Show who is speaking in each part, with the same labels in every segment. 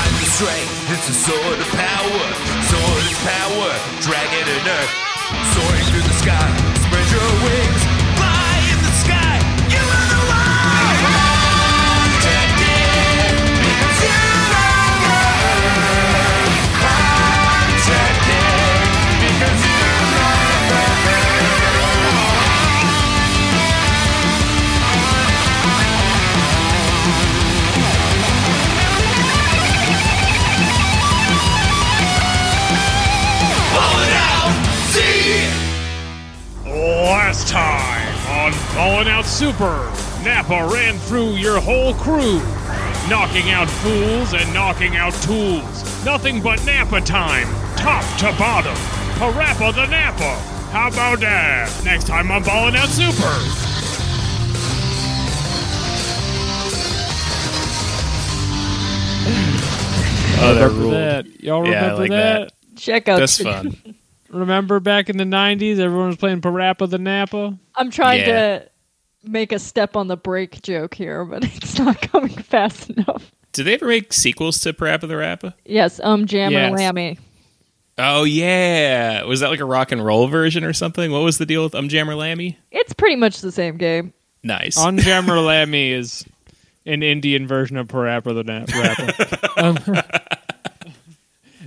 Speaker 1: strength. It's a sword of power. Sword is power. Dragon and earth. Soaring through the sky. Spread your wings. Fly in the sky. You are the one. Contracted. Because you're on earth. Contracted. Because you're on earth.
Speaker 2: Last time on Fallen Out Super, Nappa ran through your whole crew, knocking out fools and knocking out tools. Nothing but Nappa time, top to bottom. Parappa the Nappa. How about that? Next time on Fallen Out Super.
Speaker 3: Oh, that
Speaker 4: remember
Speaker 3: ruled.
Speaker 4: that. Y'all
Speaker 3: Yeah, I
Speaker 4: remember
Speaker 3: like
Speaker 4: that?
Speaker 3: that.
Speaker 5: Check out.
Speaker 3: That's fun.
Speaker 4: Remember back in the 90s, everyone was playing Parappa the Napa?
Speaker 5: I'm trying
Speaker 3: Yeah.
Speaker 5: to make a step on the brake joke here, but it's not coming fast enough.
Speaker 3: Did they ever make sequels to Parappa the Rappa?
Speaker 5: Yes, um, Jam
Speaker 4: Yes.
Speaker 5: and Lammy.
Speaker 3: Oh yeah, was that like a rock and roll version or something? What was the deal with Um Jammer Lammy?
Speaker 5: It's pretty much the same game.
Speaker 3: Nice.
Speaker 4: Unjammer Lammy is an Indian version of Parappa the Na- Rappa. Um,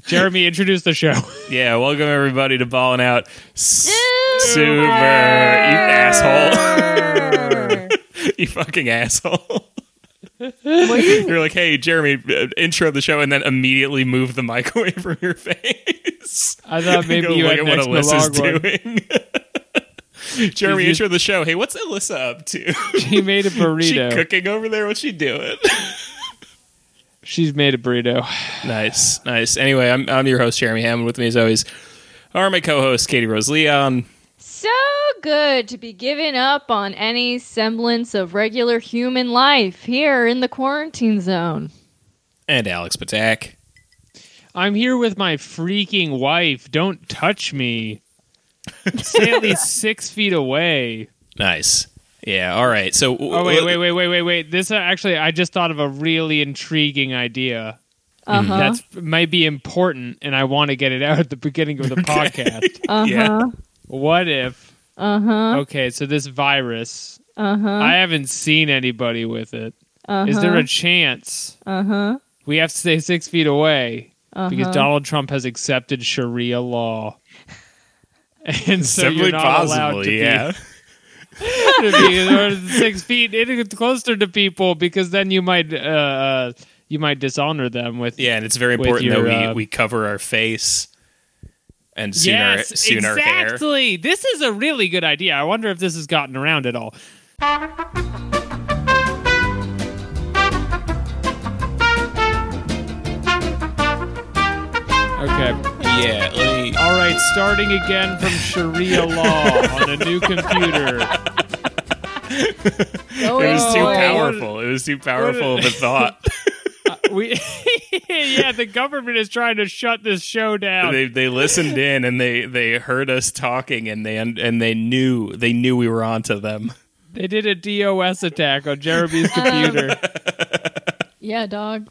Speaker 4: Jeremy, introduce the show.
Speaker 3: yeah, welcome everybody to Ballin' Out S- Super. You asshole. you fucking asshole. You're like, hey, Jeremy, uh, intro the show, and then immediately move the mic away from your face.
Speaker 4: I thought maybe
Speaker 3: Go
Speaker 4: you
Speaker 3: look
Speaker 4: had
Speaker 3: at what
Speaker 4: next
Speaker 3: Alyssa's
Speaker 4: Milagro.
Speaker 3: doing. Jeremy,
Speaker 4: you-
Speaker 3: intro the show. Hey, what's Alyssa up to?
Speaker 4: She made a
Speaker 3: she
Speaker 4: burrito.
Speaker 3: cooking over there? What's she doing?
Speaker 4: She's made a burrito.
Speaker 3: Nice, nice. Anyway, I'm, I'm your host, Jeremy Hammond. With me, as always, are my co hosts, Katie Rose Leon.
Speaker 5: So good to be giving up on any semblance of regular human life here in the quarantine zone.
Speaker 3: And Alex Patak.
Speaker 4: I'm here with my freaking wife. Don't touch me. Stay at least six feet away.
Speaker 3: Nice. Yeah, all right. So,
Speaker 4: Oh wait, wait, wait, wait, wait, wait. This uh, actually, I just thought of a really intriguing idea
Speaker 5: Uh huh.
Speaker 4: that's might be important, and I want to get it out at the beginning of the podcast.
Speaker 5: uh huh.
Speaker 3: yeah.
Speaker 4: What if?
Speaker 5: Uh huh.
Speaker 4: Okay, so this virus,
Speaker 5: Uh huh.
Speaker 4: I haven't seen anybody with it. Is
Speaker 5: Uh-huh.
Speaker 4: there a chance
Speaker 5: Uh huh.
Speaker 4: we have to stay six feet away because
Speaker 5: Uh-huh.
Speaker 4: Donald Trump has accepted Sharia law? And so
Speaker 3: Simply
Speaker 4: you're not allowed
Speaker 3: possible,
Speaker 4: to
Speaker 3: yeah.
Speaker 4: be, to be or six feet in- closer to people because then you might uh, uh, you might dishonor them with
Speaker 3: Yeah, and it's very
Speaker 4: With
Speaker 3: important
Speaker 4: your,
Speaker 3: that we,
Speaker 4: uh,
Speaker 3: we cover our face and soon, our, soon our hair.
Speaker 4: exactly. This is a really good idea. I wonder if this has gotten around at all. Okay.
Speaker 3: Yeah, let me.
Speaker 4: All right. Starting again from Sharia law on a new computer.
Speaker 5: Go
Speaker 3: It was too
Speaker 5: away.
Speaker 3: powerful. It was too powerful of a thought.
Speaker 4: We, yeah, the government is trying to shut this show down.
Speaker 3: they they listened in and they they heard us talking and they and they knew they knew we were onto them.
Speaker 4: they did a DOS attack on Jeremy's computer.
Speaker 5: Yeah, dog.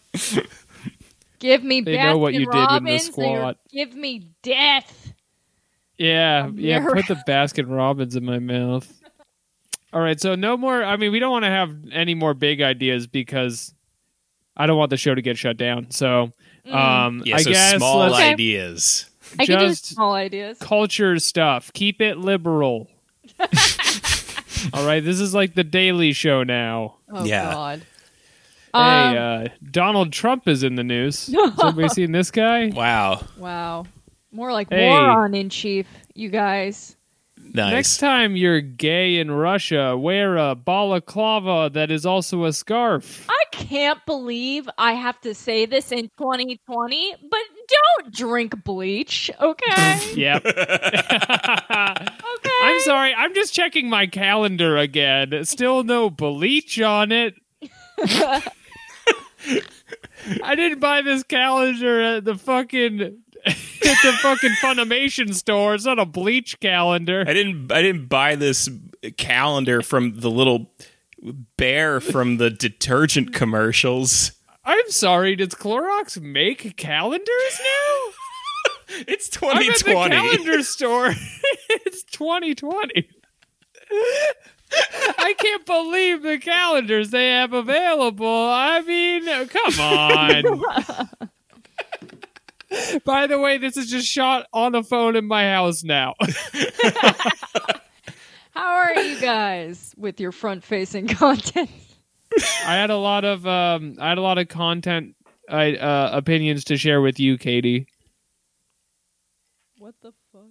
Speaker 5: Give me
Speaker 4: They
Speaker 5: Baskin
Speaker 4: know what you did with the
Speaker 5: Robbins or
Speaker 4: squat.
Speaker 5: give me death.
Speaker 4: Yeah, yeah.
Speaker 5: never-
Speaker 4: Put the Baskin Robbins in my mouth. All right, so no more. I mean, we don't want to have any more big ideas because I don't want the show to get shut down. So, um,
Speaker 3: Yeah,
Speaker 4: I
Speaker 3: so
Speaker 4: guess
Speaker 3: small
Speaker 4: let's
Speaker 5: Mm. Okay.
Speaker 3: ideas.
Speaker 5: I can do
Speaker 4: Just-
Speaker 5: small ideas.
Speaker 4: culture stuff. Keep it liberal. All right, this is like the Daily Show now.
Speaker 5: Oh
Speaker 3: Yeah.
Speaker 5: God.
Speaker 4: hey,
Speaker 5: Um,
Speaker 4: uh, Donald Trump is in the news. Has anybody seen this guy?
Speaker 3: Wow,
Speaker 5: wow. More like
Speaker 4: Hey.
Speaker 5: moron in chief, you guys.
Speaker 3: nice.
Speaker 4: Next time you're gay in Russia, wear a balaclava that is also a scarf.
Speaker 5: I can't believe I have to say this in 2020, but don't drink bleach, okay?
Speaker 4: Yep.
Speaker 5: okay.
Speaker 4: I'm sorry. I'm just checking my calendar again. Still no bleach on it. I didn't buy this calendar at the fucking at the fucking Funimation store. It's not a bleach calendar.
Speaker 3: I didn't I didn't buy this calendar from the little bear from the detergent commercials.
Speaker 4: I'm sorry, does Clorox make calendars now?
Speaker 3: It's
Speaker 4: I'm at the
Speaker 3: 2020.
Speaker 4: calendar store. it's 2020. I can't believe the calendars they have available. I mean, come on. By the way, this is just shot on the phone in my house now.
Speaker 5: How are you guys with your front facing content?
Speaker 4: I had a lot of um, I had a lot of content I, uh, opinions to share with you, Katie.
Speaker 5: What the fuck?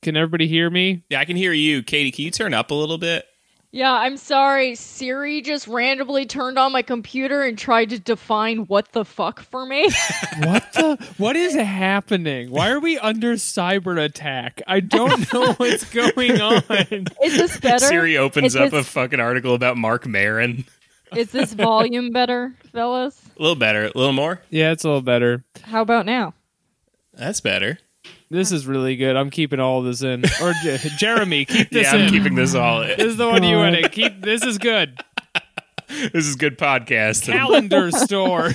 Speaker 4: Can everybody hear me?
Speaker 3: Yeah, I can hear you, Katie. Can you turn up a little bit?
Speaker 5: Yeah, I'm sorry. Siri just randomly turned on my computer and tried to define what the fuck for me.
Speaker 4: What the? What is happening? Why are we under cyber attack? I don't know what's going on.
Speaker 5: Is this better?
Speaker 3: Siri opens
Speaker 5: Is
Speaker 3: up a
Speaker 5: this-
Speaker 3: fucking article about Mark Marin.
Speaker 5: Is this volume better, fellas?
Speaker 3: A little better, a little more.
Speaker 4: Yeah, it's a little better.
Speaker 5: How about now?
Speaker 3: That's better.
Speaker 4: This is really good. I'm keeping all this in. Or J- Jeremy, keep this
Speaker 3: Yeah, I'm
Speaker 4: in.
Speaker 3: keeping this all.
Speaker 4: this
Speaker 3: This
Speaker 4: is the one you want to keep. This is good.
Speaker 3: is good podcast.
Speaker 4: Calendar store.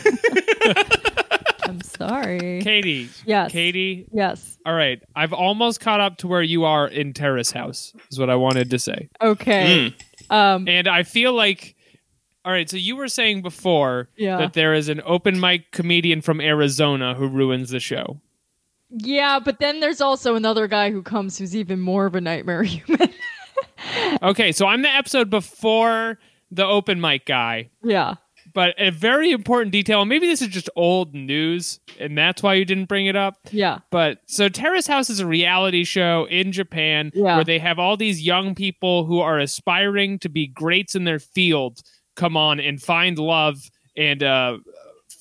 Speaker 5: I'm sorry.
Speaker 4: Katie.
Speaker 5: Yes.
Speaker 4: Katie.
Speaker 5: Yes.
Speaker 4: All right. I've almost caught up to where you are in Terrace House. Is what I wanted to say.
Speaker 5: Okay.
Speaker 3: Mm.
Speaker 5: Um.
Speaker 4: And I feel like all right, so you were saying before
Speaker 5: Yeah.
Speaker 4: that there is an open mic comedian from Arizona who ruins the show.
Speaker 5: Yeah, but then there's also another guy who comes who's even more of a nightmare human.
Speaker 4: Okay, so I'm the episode before the open mic guy,
Speaker 5: yeah.
Speaker 4: but a very important detail, and maybe this is just old news, and that's why you didn't bring it up.
Speaker 5: Yeah.
Speaker 4: But so Terrace House is a reality show in Japan
Speaker 5: Yeah.
Speaker 4: where they have all these young people who are aspiring to be greats in their field come on and find love and uh,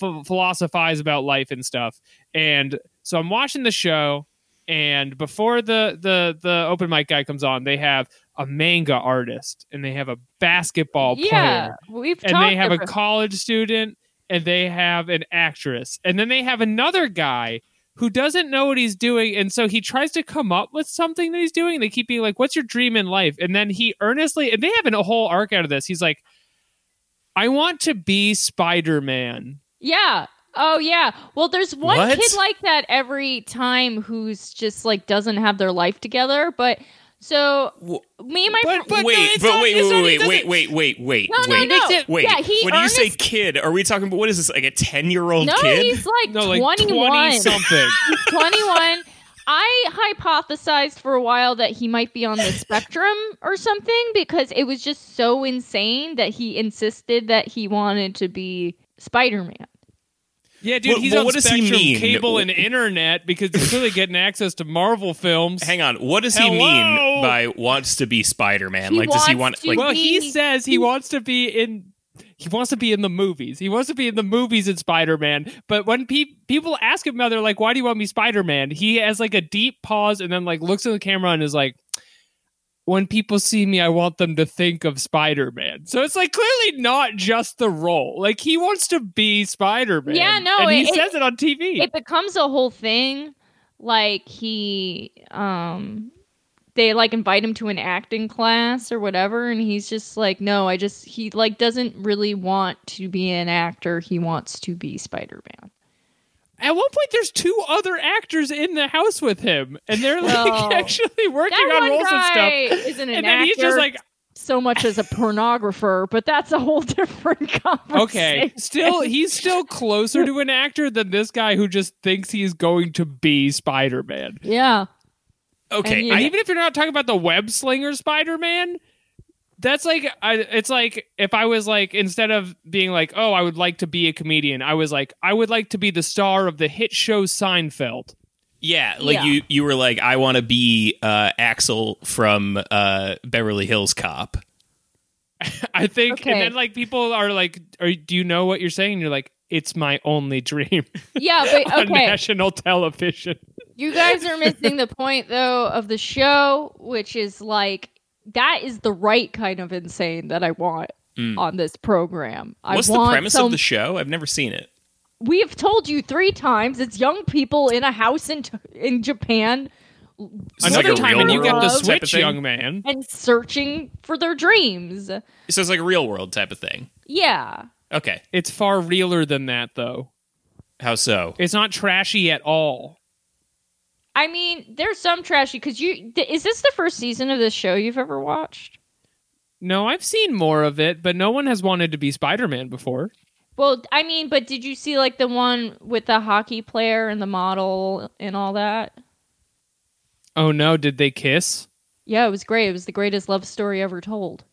Speaker 4: ph- philosophize about life and stuff. And so I'm watching the show, and before the the the open mic guy comes on, they have a manga artist and they have a basketball
Speaker 5: yeah.
Speaker 4: player
Speaker 5: We've
Speaker 4: Oh, and
Speaker 5: talked
Speaker 4: they have a
Speaker 5: about-
Speaker 4: college student and they have an actress and then they have another guy who doesn't know what he's doing and so he tries to come up with something that he's doing they keep being like what's your dream in life and then he earnestly and they have a whole arc out of this he's like i want to be spider-man
Speaker 5: Yeah. Oh yeah. Well, there's one
Speaker 3: What?
Speaker 5: kid like that every time who's just like doesn't have their life together. But so me and my
Speaker 4: But-
Speaker 5: fr-
Speaker 4: but- no,
Speaker 3: wait,
Speaker 4: it's
Speaker 3: but
Speaker 4: not-
Speaker 3: wait,
Speaker 4: it's not- it
Speaker 3: wait, wait, wait, wait, wait, wait,
Speaker 5: no,
Speaker 3: wait,
Speaker 5: no, no.
Speaker 3: wait.
Speaker 5: Yeah, he
Speaker 3: when you say
Speaker 5: earnest-
Speaker 3: kid, are we talking? What is this? Like a ten-year-old
Speaker 5: no,
Speaker 3: kid?
Speaker 5: he's like
Speaker 4: no like
Speaker 5: 21.
Speaker 4: 20 something
Speaker 5: 21. I hypothesized for a while that he might be on the spectrum or something because it was just so insane that he insisted that he wanted to be Spider-Man.
Speaker 4: yeah dude
Speaker 3: What-
Speaker 4: he's
Speaker 3: what-
Speaker 4: on
Speaker 3: what does he
Speaker 4: spectrum
Speaker 3: mean?
Speaker 4: cable and internet because he's clearly getting access to marvel films
Speaker 3: Hang on. What does he
Speaker 4: Hello?
Speaker 3: mean by wants to be Spider-Man?
Speaker 5: He
Speaker 3: like, does he want
Speaker 5: wants to-
Speaker 3: like?
Speaker 4: well, he
Speaker 5: He-
Speaker 4: says he wants to be in. He wants to be in the movies. He wants to be in the movies in Spider Man. But when pe- people ask him now, they're like, "Why do you want me Spider Man?" He has like a deep pause and then like looks at the camera and is like, "When people see me, I want them to think of Spider Man." So it's like clearly not just the role. Like he wants to be Spider Man.
Speaker 5: Yeah, no,
Speaker 4: and he
Speaker 5: it-
Speaker 4: says it on TV.
Speaker 5: it becomes a whole thing like he um they like invite him to an acting class or whatever and he's just like no i just he like doesn't really want to be an actor he wants to be spider-man
Speaker 4: at one point, there's two other actors in the house with him, and they're like
Speaker 5: Well,
Speaker 4: actually working
Speaker 5: that
Speaker 4: on
Speaker 5: one
Speaker 4: roles and
Speaker 5: guy
Speaker 4: stuff.
Speaker 5: isn't an
Speaker 4: And
Speaker 5: actor
Speaker 4: then he's just like,
Speaker 5: so much as a pornographer but that's a whole different conversation
Speaker 4: Okay. Still, he's still closer to an actor than this guy who just thinks he's going to be Spider Man.
Speaker 5: yeah
Speaker 3: okay,
Speaker 5: and
Speaker 3: I,
Speaker 5: he-
Speaker 4: Even if you're not talking about the web slinger Spider Man, that's like, I, it's like if I was like, instead of being like, oh, I would like to be a comedian, I was like, I would like to be the star of the hit show Seinfeld.
Speaker 3: yeah, like
Speaker 5: Yeah.
Speaker 3: you, you were like, I want to be uh, Axel from uh, Beverly Hills Cop.
Speaker 4: I think,
Speaker 5: Okay.
Speaker 4: and then like people are like, are, do you know what you're saying? And you're like, it's my only dream
Speaker 5: yeah but
Speaker 4: on
Speaker 5: okay
Speaker 4: national television.
Speaker 5: You guys are missing the point, though, of the show, which is like that is the right kind of insane that I want on this program.
Speaker 3: Mm. What's
Speaker 5: I
Speaker 3: the
Speaker 5: want
Speaker 3: premise
Speaker 5: some-
Speaker 3: of the show? I've never seen it.
Speaker 5: We've told you three times it's young people in a house in in Japan
Speaker 3: It's like
Speaker 4: Another
Speaker 3: a
Speaker 4: time,
Speaker 3: real
Speaker 4: and you get
Speaker 5: world
Speaker 4: the
Speaker 5: type of
Speaker 4: switch,
Speaker 3: thing.
Speaker 4: young man.
Speaker 5: and searching for their dreams.
Speaker 3: So it's like a real world type of thing.
Speaker 5: Yeah,
Speaker 3: Okay.
Speaker 4: It's far realer than that, though.
Speaker 3: How so?
Speaker 4: It's not trashy at all.
Speaker 5: I mean, there's some trashy because you. Th- is this the first season of this show you've ever watched?
Speaker 4: No, I've seen more of it, but no one has wanted to be Spider Man before.
Speaker 5: Well, I mean, but did you see like the one with the hockey player and the model and all that?
Speaker 4: Oh no, did they kiss?
Speaker 5: Yeah, it was great. It was the greatest love story ever told.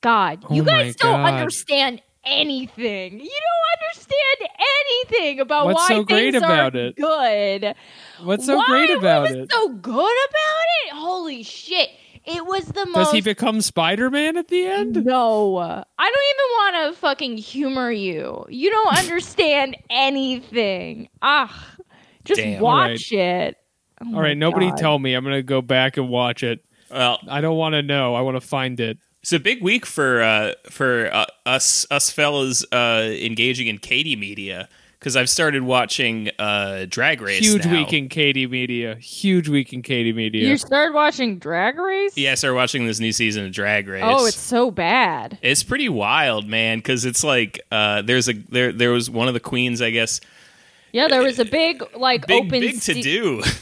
Speaker 5: God,
Speaker 4: Oh
Speaker 5: you guys
Speaker 4: my
Speaker 5: don't
Speaker 4: God.
Speaker 5: understand anything. You don't understand anything about
Speaker 4: What's
Speaker 5: why
Speaker 4: so great
Speaker 5: things
Speaker 4: about
Speaker 5: are
Speaker 4: it?
Speaker 5: good.
Speaker 4: What's so
Speaker 5: Why-
Speaker 4: great
Speaker 5: what
Speaker 4: about
Speaker 5: was
Speaker 4: it?
Speaker 5: So good about it. Holy shit! It was the most. Oh
Speaker 4: Does he become Spider Man at the end?
Speaker 5: No. I don't even want to fucking humor you. You don't understand anything. Ah, just
Speaker 3: Damn.
Speaker 5: watch it. Oh
Speaker 4: All
Speaker 5: my
Speaker 4: right, nobody
Speaker 5: God.
Speaker 4: tell me. I'm gonna go back and watch it.
Speaker 3: Well,
Speaker 4: I don't want to know. I want to find it.
Speaker 3: it's a big week for uh, for uh, us us fellas uh, engaging in Katie media because I've started watching uh, Drag Race.
Speaker 4: Huge
Speaker 3: now.
Speaker 4: week in Katie Media. Huge week in Katie Media.
Speaker 5: You started watching Drag Race?
Speaker 3: Yeah, I started watching this new season of Drag Race.
Speaker 5: Oh, it's so bad.
Speaker 3: It's pretty wild, man, because it's like uh, there's a there there was one of the queens, I guess,
Speaker 5: Yeah, there was a big like
Speaker 3: big
Speaker 5: open
Speaker 3: big to
Speaker 5: se-
Speaker 3: do.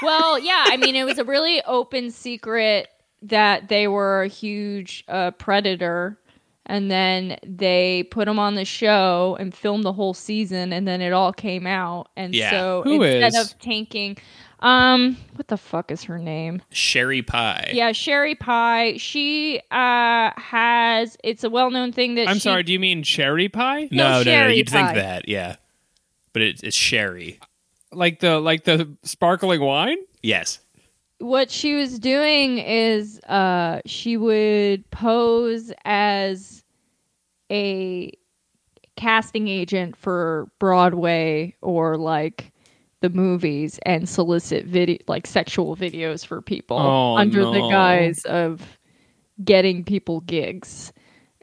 Speaker 5: Well, yeah, I mean it was a really open secret that they were a huge uh, predator and then they put them on the show and filmed the whole season and then it all came out and
Speaker 3: Yeah.
Speaker 5: so
Speaker 4: Who
Speaker 5: instead
Speaker 4: is?
Speaker 5: of tanking um what the fuck is her name?
Speaker 3: Sherry Pie.
Speaker 5: Yeah, Sherry Pie. She uh has it's a well-known thing that
Speaker 4: I'm
Speaker 5: she-
Speaker 4: sorry. Do you mean cherry pie?
Speaker 5: No,
Speaker 3: No, no, no,
Speaker 5: Sherry
Speaker 3: you'd
Speaker 5: Pie.
Speaker 3: think that, yeah, but it, it's Sherry.
Speaker 4: Like the like the sparkling wine?
Speaker 3: Yes,
Speaker 5: what she was doing is uh she would pose as a casting agent for Broadway or like the movies and solicit video like sexual videos for people
Speaker 4: Oh,
Speaker 5: under the
Speaker 4: no.
Speaker 5: guise of getting people gigs.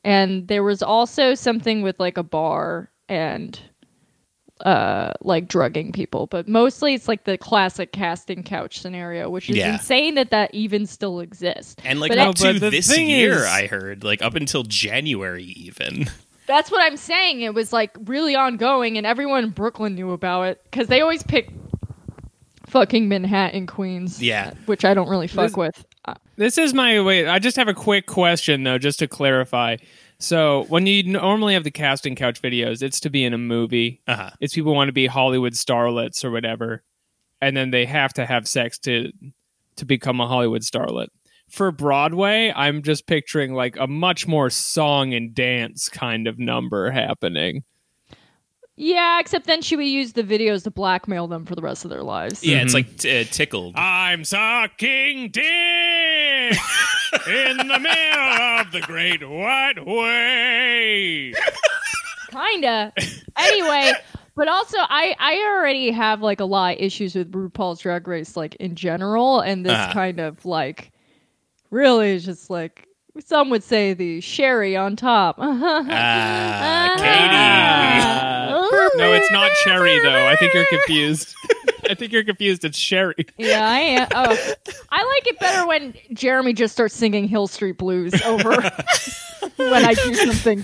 Speaker 5: And there was also something with like a bar and uh like drugging people but mostly it's like the classic casting couch scenario which is
Speaker 3: Yeah.
Speaker 5: insane that that even still exists
Speaker 3: and like
Speaker 5: But
Speaker 3: up
Speaker 4: I- No, but
Speaker 3: to
Speaker 4: the
Speaker 3: this
Speaker 4: thing
Speaker 3: year,
Speaker 4: is-
Speaker 3: I heard like up until January even.
Speaker 5: that's what i'm saying it was like really ongoing and everyone in brooklyn knew about it because they always pick fucking manhattan queens
Speaker 3: Yeah.
Speaker 5: which i don't really fuck
Speaker 4: This-
Speaker 5: with Uh,
Speaker 4: This is my wait. I just have a quick question though, just to clarify. So when you normally have the casting couch videos, it's to be in a movie.
Speaker 3: Uh-huh.
Speaker 4: It's people want to be Hollywood starlets or whatever, and then they have to have sex to to become a Hollywood starlet. For Broadway, I'm just picturing like a much more song and dance kind of number happening.
Speaker 5: yeah except then she would use the videos to blackmail them for the rest of their lives
Speaker 3: Yeah, it's
Speaker 4: Mm-hmm.
Speaker 3: like t- uh, tickled.
Speaker 4: Ah.
Speaker 2: I'm sucking dick in the middle of the great white way.
Speaker 5: kinda anyway but also i i already have like a lot of issues with rupaul's drag race like in general and this
Speaker 3: Uh-huh.
Speaker 5: kind of like really is just like some would say the sherry on top
Speaker 4: Uh,
Speaker 3: Ah, Katie.
Speaker 5: Ah.
Speaker 4: No, it's not Cherry though. I think you're confused. I think you're confused. It's Sherry.
Speaker 5: yeah i am oh i like it better when jeremy just starts singing hill street blues over when i do something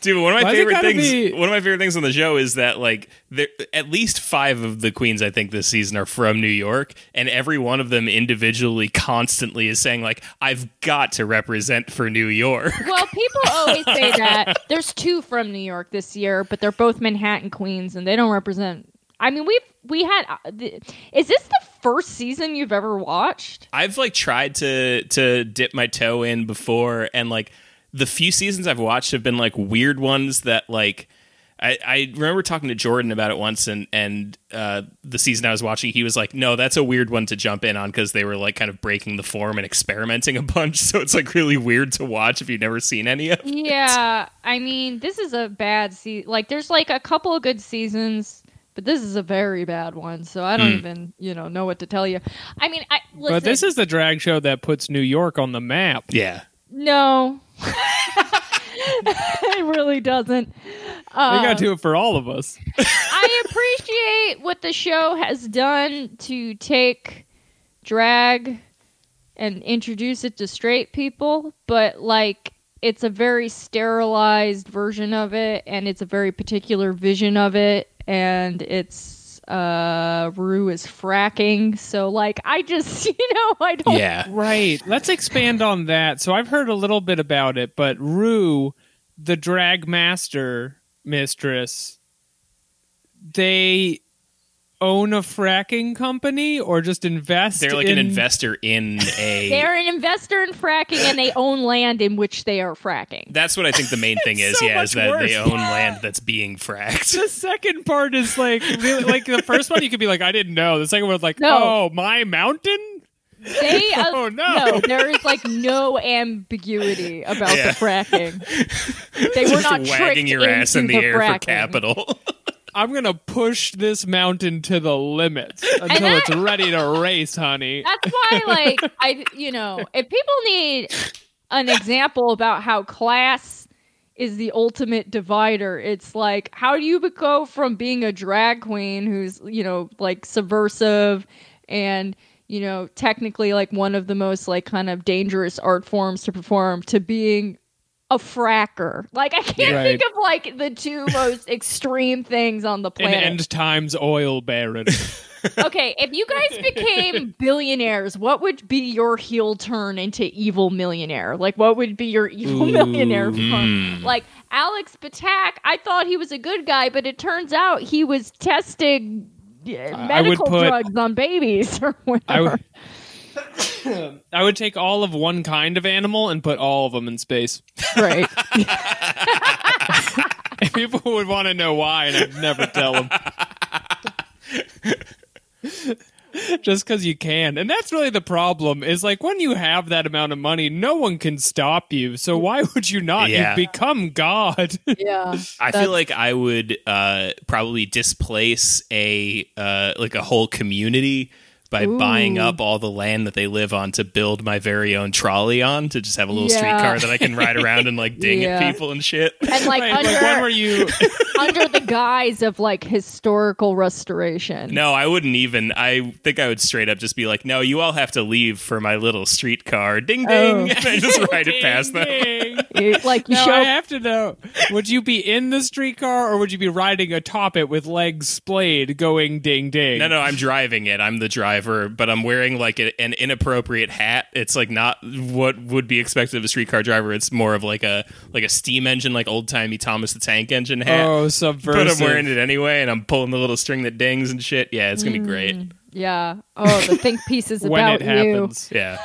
Speaker 3: Dude, one of my
Speaker 4: Why does it
Speaker 3: favorite
Speaker 4: gotta
Speaker 3: things.
Speaker 4: be-
Speaker 3: One of my favorite things on the show is that like there at least five of the queens I think this season are from New York, and every one of them individually constantly is saying like, "I've got to represent for New York."
Speaker 5: Well, people always say that. There's two from New York this year, but they're both Manhattan queens, and they don't represent. I mean, we've we had. uh, the- Is this the first season you've ever watched?
Speaker 3: I've like tried to to dip my toe in before, and like the few seasons I've watched have been like weird ones that like I, I remember talking to Jordan about it once, and and uh, the season I was watching, he was like, "No, that's a weird one to jump in on because they were like kind of breaking the form and experimenting a bunch, so it's like really weird to watch if you've never seen any of."
Speaker 5: Yeah, I mean, this is a bad season. Like, there's like a couple of good seasons, but this is a very bad one. So I don't even, you know, know what to tell you. I mean, I listen.
Speaker 4: Hmm. But this is the drag show that puts New York on the map.
Speaker 3: Yeah,
Speaker 5: no. it really doesn't.
Speaker 4: they gotta do it for all of us.
Speaker 5: I appreciate what the show has done to take drag and introduce it to straight people, but like it's a very sterilized version of it and it's a very particular vision of it and it's uh rue is fracking so like i just you know i don't
Speaker 3: Yeah.
Speaker 4: Right. Let's expand on that. So I've heard a little bit about it, but Rue, the drag master mistress, they own a fracking company or just invest
Speaker 3: They're like an
Speaker 4: in-
Speaker 3: investor in a.
Speaker 5: they're an investor in fracking and they own land in which they are fracking
Speaker 3: That's what I think the main thing is.
Speaker 4: so
Speaker 3: yeah, is
Speaker 4: much
Speaker 3: that they
Speaker 4: worse.
Speaker 3: own land that's being fracked.
Speaker 4: the second part is like really, like the first one you could be like I didn't know. The second one's like
Speaker 5: No.
Speaker 4: oh my mountain.
Speaker 5: they uh,
Speaker 4: Oh, no.
Speaker 5: there is like no ambiguity about
Speaker 3: Yeah.
Speaker 5: the fracking they were
Speaker 3: Just
Speaker 5: not
Speaker 3: wagging
Speaker 5: tricked
Speaker 3: your ass in the,
Speaker 5: into
Speaker 3: air for
Speaker 5: fracking.
Speaker 3: capital.
Speaker 4: I'm gonna push this mountain to the limits until
Speaker 5: I-
Speaker 4: it's ready to race, honey.
Speaker 5: That's why, like, I, you know, if people need an example about how class is the ultimate divider, it's like, how do you go from being a drag queen who's, you know, like subversive and, you know, technically like one of the most, like, kind of dangerous art forms to perform to being a fracker? Like, I can't
Speaker 4: Yeah.
Speaker 5: think of, like, the two most extreme things on the
Speaker 4: An
Speaker 5: planet
Speaker 4: end times oil baron.
Speaker 5: okay, if you guys became billionaires, what would be your heel turn into evil millionaire? Like, what would be your evil millionaire?
Speaker 4: hmm.
Speaker 5: Fun? Like Alex Patak, I thought he was a good guy, but it turns out he was testing uh,
Speaker 4: I would
Speaker 5: medical
Speaker 4: put-
Speaker 5: drugs on babies or
Speaker 4: I
Speaker 5: whatever.
Speaker 4: would, I would take all of one kind of animal and put all of them in space.
Speaker 5: right.
Speaker 4: People would want to know why, and I'd never tell them. Just because you can, and that's really the problem. Is like when you have that amount of money, no one can stop you. So why would you not?
Speaker 3: Yeah.
Speaker 4: You become God.
Speaker 5: Yeah.
Speaker 3: I feel
Speaker 5: That's-
Speaker 3: like I would uh, probably displace a uh, like a whole community by buying
Speaker 5: Ooh.
Speaker 3: up all the land that they live on to build my very own trolley on to just have a little
Speaker 5: Yeah.
Speaker 3: streetcar that I can ride around and like ding
Speaker 5: Yeah.
Speaker 3: at people and shit.
Speaker 5: And like
Speaker 4: Right,
Speaker 5: under
Speaker 4: like when were you?
Speaker 5: under the guise of like historical restoration.
Speaker 3: No, I wouldn't even. I think I would straight up just be like, "No, you all have to leave for my little streetcar." Ding ding,
Speaker 5: Oh.
Speaker 3: and I just ride it past them.
Speaker 4: Ding, ding.
Speaker 5: You- like you
Speaker 4: Now
Speaker 5: show
Speaker 4: I have to know: Would you be in the streetcar, or would you be riding atop it with legs splayed, going ding ding?
Speaker 3: No, no, I'm driving it. I'm the driver, but I'm wearing like a, an inappropriate hat. It's like not what would be expected of a streetcar driver. It's more of like a like a steam engine, like old timey Thomas the Tank Engine hat.
Speaker 4: Oh,
Speaker 3: but
Speaker 4: subversive.
Speaker 3: I'm wearing it anyway, and I'm pulling the little string that dings and shit. Yeah, it's gonna be great.
Speaker 5: yeah. Oh, the think pieces
Speaker 4: when
Speaker 5: about
Speaker 4: it
Speaker 5: you.
Speaker 4: happens.
Speaker 3: Yeah,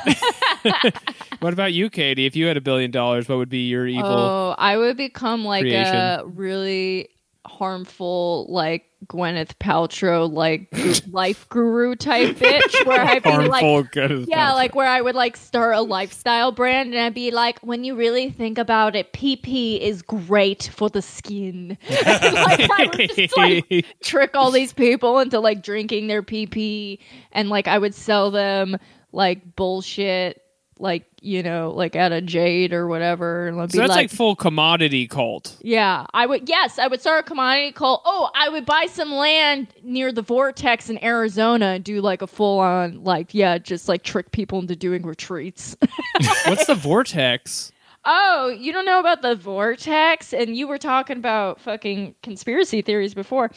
Speaker 4: What about you, Katie? If you had a billion dollars, what would be your evil?
Speaker 5: Oh, I would become like a
Speaker 4: creation.
Speaker 5: really harmful, like Gwyneth Paltrow, like gu- life guru type bitch, where I'd be like,
Speaker 4: good.
Speaker 5: yeah, like where I would like start a lifestyle brand and I'd be like, when you really think about it, PP is great for the skin. And, like, I would just like trick all these people into like drinking their PP and like I would sell them like bullshit. Like you know, like out of jade or whatever, and I'd
Speaker 4: so
Speaker 5: be
Speaker 4: that's like, full commodity cult.
Speaker 5: yeah, I would. Yes, I would start a commodity cult. Oh, I would buy some land near the vortex in Arizona and do like a full on, like, yeah, just like trick people into doing retreats.
Speaker 4: What's the vortex?
Speaker 5: oh, you don't know about the vortex? And you were talking about fucking conspiracy theories before.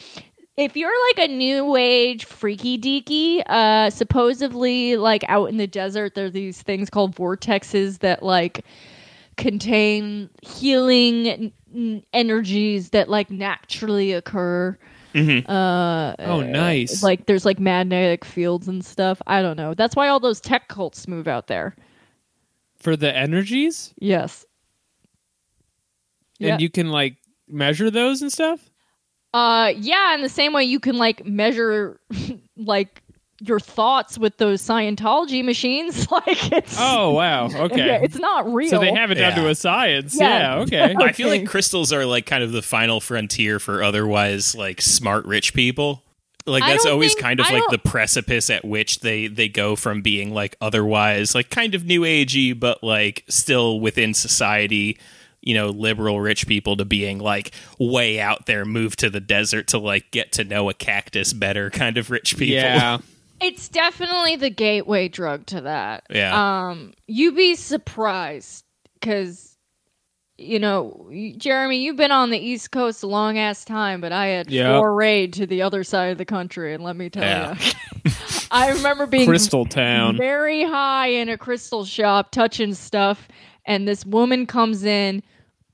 Speaker 5: If you're like a new age freaky deaky, uh, supposedly like out in the desert, there are these things called vortexes that like contain healing n- n- energies that like naturally occur. Uh,
Speaker 4: Oh, nice.
Speaker 5: Like there's like magnetic fields and stuff. I don't know. That's why all those tech cults move out there.
Speaker 4: For the energies,
Speaker 5: Yes. Yeah.
Speaker 4: and you can like measure those and stuff.
Speaker 5: Uh, yeah, in the same way you can like measure like your thoughts with those Scientology machines. Like it's
Speaker 4: Oh wow, okay.
Speaker 5: it's not real.
Speaker 4: so they have it down
Speaker 3: Yeah.
Speaker 4: to a science.
Speaker 5: Yeah.
Speaker 4: Yeah, okay.
Speaker 3: I feel like crystals are like kind of the final frontier for otherwise like smart rich people. Like
Speaker 5: I
Speaker 3: that's
Speaker 5: don't
Speaker 3: always
Speaker 5: think-
Speaker 3: kind of
Speaker 5: I
Speaker 3: like
Speaker 5: don't-
Speaker 3: the precipice at which they they go from being like otherwise like kind of new agey but like still within society, you know, liberal rich people to being like way out there, move to the desert to like get to know a cactus better kind of rich people.
Speaker 4: Yeah.
Speaker 5: it's definitely the gateway drug to that.
Speaker 3: Yeah.
Speaker 5: Um, you be surprised because you know, y- Jeremy, you've been on the East Coast a long ass time, but I had
Speaker 4: Yeah.
Speaker 5: forayed to the other side of the country, and let me tell
Speaker 3: Yeah.
Speaker 5: you, I remember being
Speaker 4: Crystal Town.
Speaker 5: very high in a crystal shop, touching stuff, and this woman comes in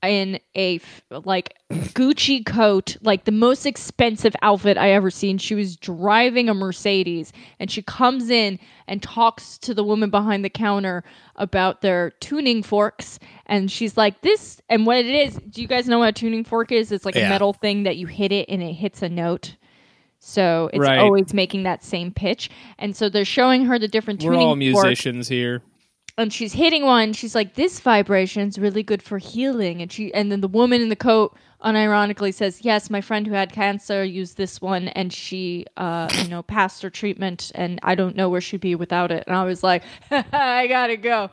Speaker 5: in a f- like Gucci coat, like the most expensive outfit I ever seen. She was driving a Mercedes, and she comes in and talks to the woman behind the counter about their tuning forks, and she's like, "This and what it is? Do you guys know what a tuning fork is? It's like
Speaker 3: Yeah.
Speaker 5: a metal thing that you hit it and it hits a note." So it's
Speaker 4: Right.
Speaker 5: always making that same pitch. And so they're showing her the different
Speaker 4: We're
Speaker 5: tuning
Speaker 4: all
Speaker 5: forks,
Speaker 4: musicians here.
Speaker 5: and she's hitting one. She's like, "This vibration's really good for healing." And she, and then the woman in the coat, unironically says, "Yes, my friend who had cancer used this one, and she, uh, you know, passed her treatment. And I don't know where she'd be without it." And I was like, "I gotta go.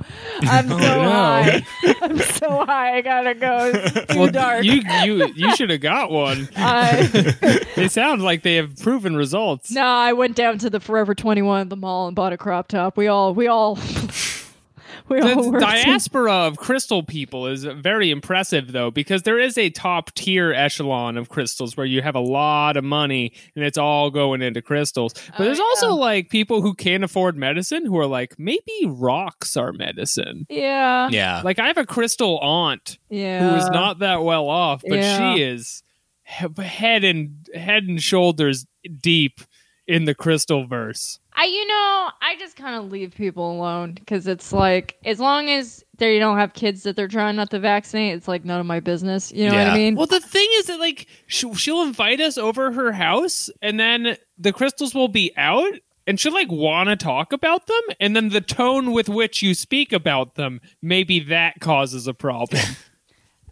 Speaker 5: I'm
Speaker 4: Oh,
Speaker 5: so high. I'm so high. I gotta go. It's too dark."
Speaker 4: You you you should have got one.
Speaker 5: I-
Speaker 4: They sound like they have proven results.
Speaker 5: No, I went down to the Forever 21 at the mall and bought a crop top. We all, we all, we all
Speaker 4: The
Speaker 5: were.
Speaker 4: diaspora of crystal people is very impressive, though, because there is a top tier echelon of crystals where you have a lot of money and it's all going into crystals. But
Speaker 5: Oh,
Speaker 4: there's
Speaker 5: yeah.
Speaker 4: also like people who can't afford medicine who are like, maybe rocks are medicine.
Speaker 5: Yeah.
Speaker 3: Yeah.
Speaker 4: Like I have a crystal aunt
Speaker 5: Yeah.
Speaker 4: who is not that well off, but
Speaker 5: Yeah.
Speaker 4: she is he- head and head and shoulders deep in the crystal verse.
Speaker 5: I, you know, I just kind of leave people alone because it's like, as long as they don't have kids that they're trying not to vaccinate, it's like none of my business. You know what
Speaker 3: Yeah.
Speaker 5: I mean?
Speaker 4: Well, the thing is that like she, she'll invite us over her house, and then the crystals will be out, and she'll like want to talk about them, and then the tone with which you speak about them maybe that causes a problem.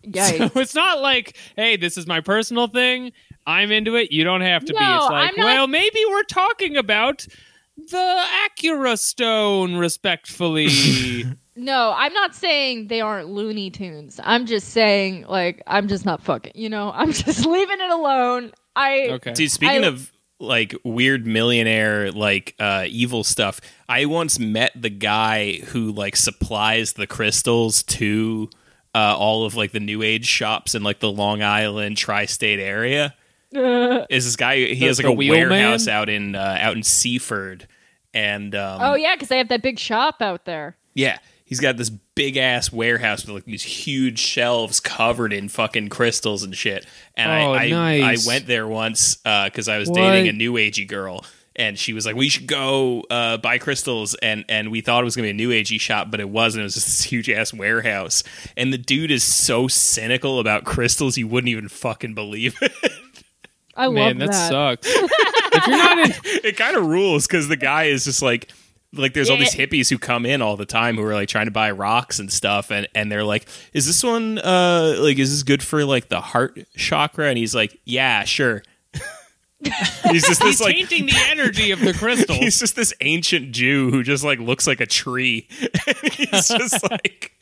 Speaker 5: Yikes.
Speaker 4: So it's not like, hey, this is my personal thing. I'm into it. You don't have to be.
Speaker 5: No,
Speaker 4: It's like,
Speaker 5: I'm not-
Speaker 4: well, maybe we're talking about the Acura Stone respectfully.
Speaker 5: No, I'm not saying they aren't Looney Tunes. I'm just saying, like, I'm just not fucking, you know, I'm just leaving it alone. I,
Speaker 4: okay.
Speaker 3: Dude, speaking
Speaker 5: I-
Speaker 3: of like weird millionaire like uh evil stuff, I once met the guy who like supplies the crystals to uh all of like the new age shops in like the Long Island tri-state area. Is this guy he
Speaker 4: Uh, The-
Speaker 3: has like
Speaker 4: the
Speaker 3: a
Speaker 4: wheel man?
Speaker 3: warehouse out in uh out in Seaford and um
Speaker 5: oh, yeah, because they have that big shop out there.
Speaker 3: yeah, he's got this big ass warehouse with like these huge shelves covered in fucking crystals and shit. And
Speaker 4: Oh,
Speaker 3: I, I,
Speaker 4: nice.
Speaker 3: I went there once because I was
Speaker 4: What?
Speaker 3: dating a new agey girl, and she was like, "We should go uh, buy crystals." And and we thought it was gonna be a new agey shop, but it wasn't. It was just this huge ass warehouse. And the dude is so cynical about crystals, you wouldn't even fucking believe it.
Speaker 5: I
Speaker 4: Man,
Speaker 5: love
Speaker 4: that,
Speaker 5: that.
Speaker 4: sucks. if you're not in,
Speaker 3: it kind of rules because the guy is just like like there's all
Speaker 5: Yeah.
Speaker 3: these hippies who come in all the time who are like trying to buy rocks and stuff and and they're like is this one uh like is this good for like the heart chakra and he's like yeah sure he's just this
Speaker 4: he's
Speaker 3: like
Speaker 4: tainting the energy of the crystals.
Speaker 3: he's just this ancient jew who just like looks like a tree and he's just like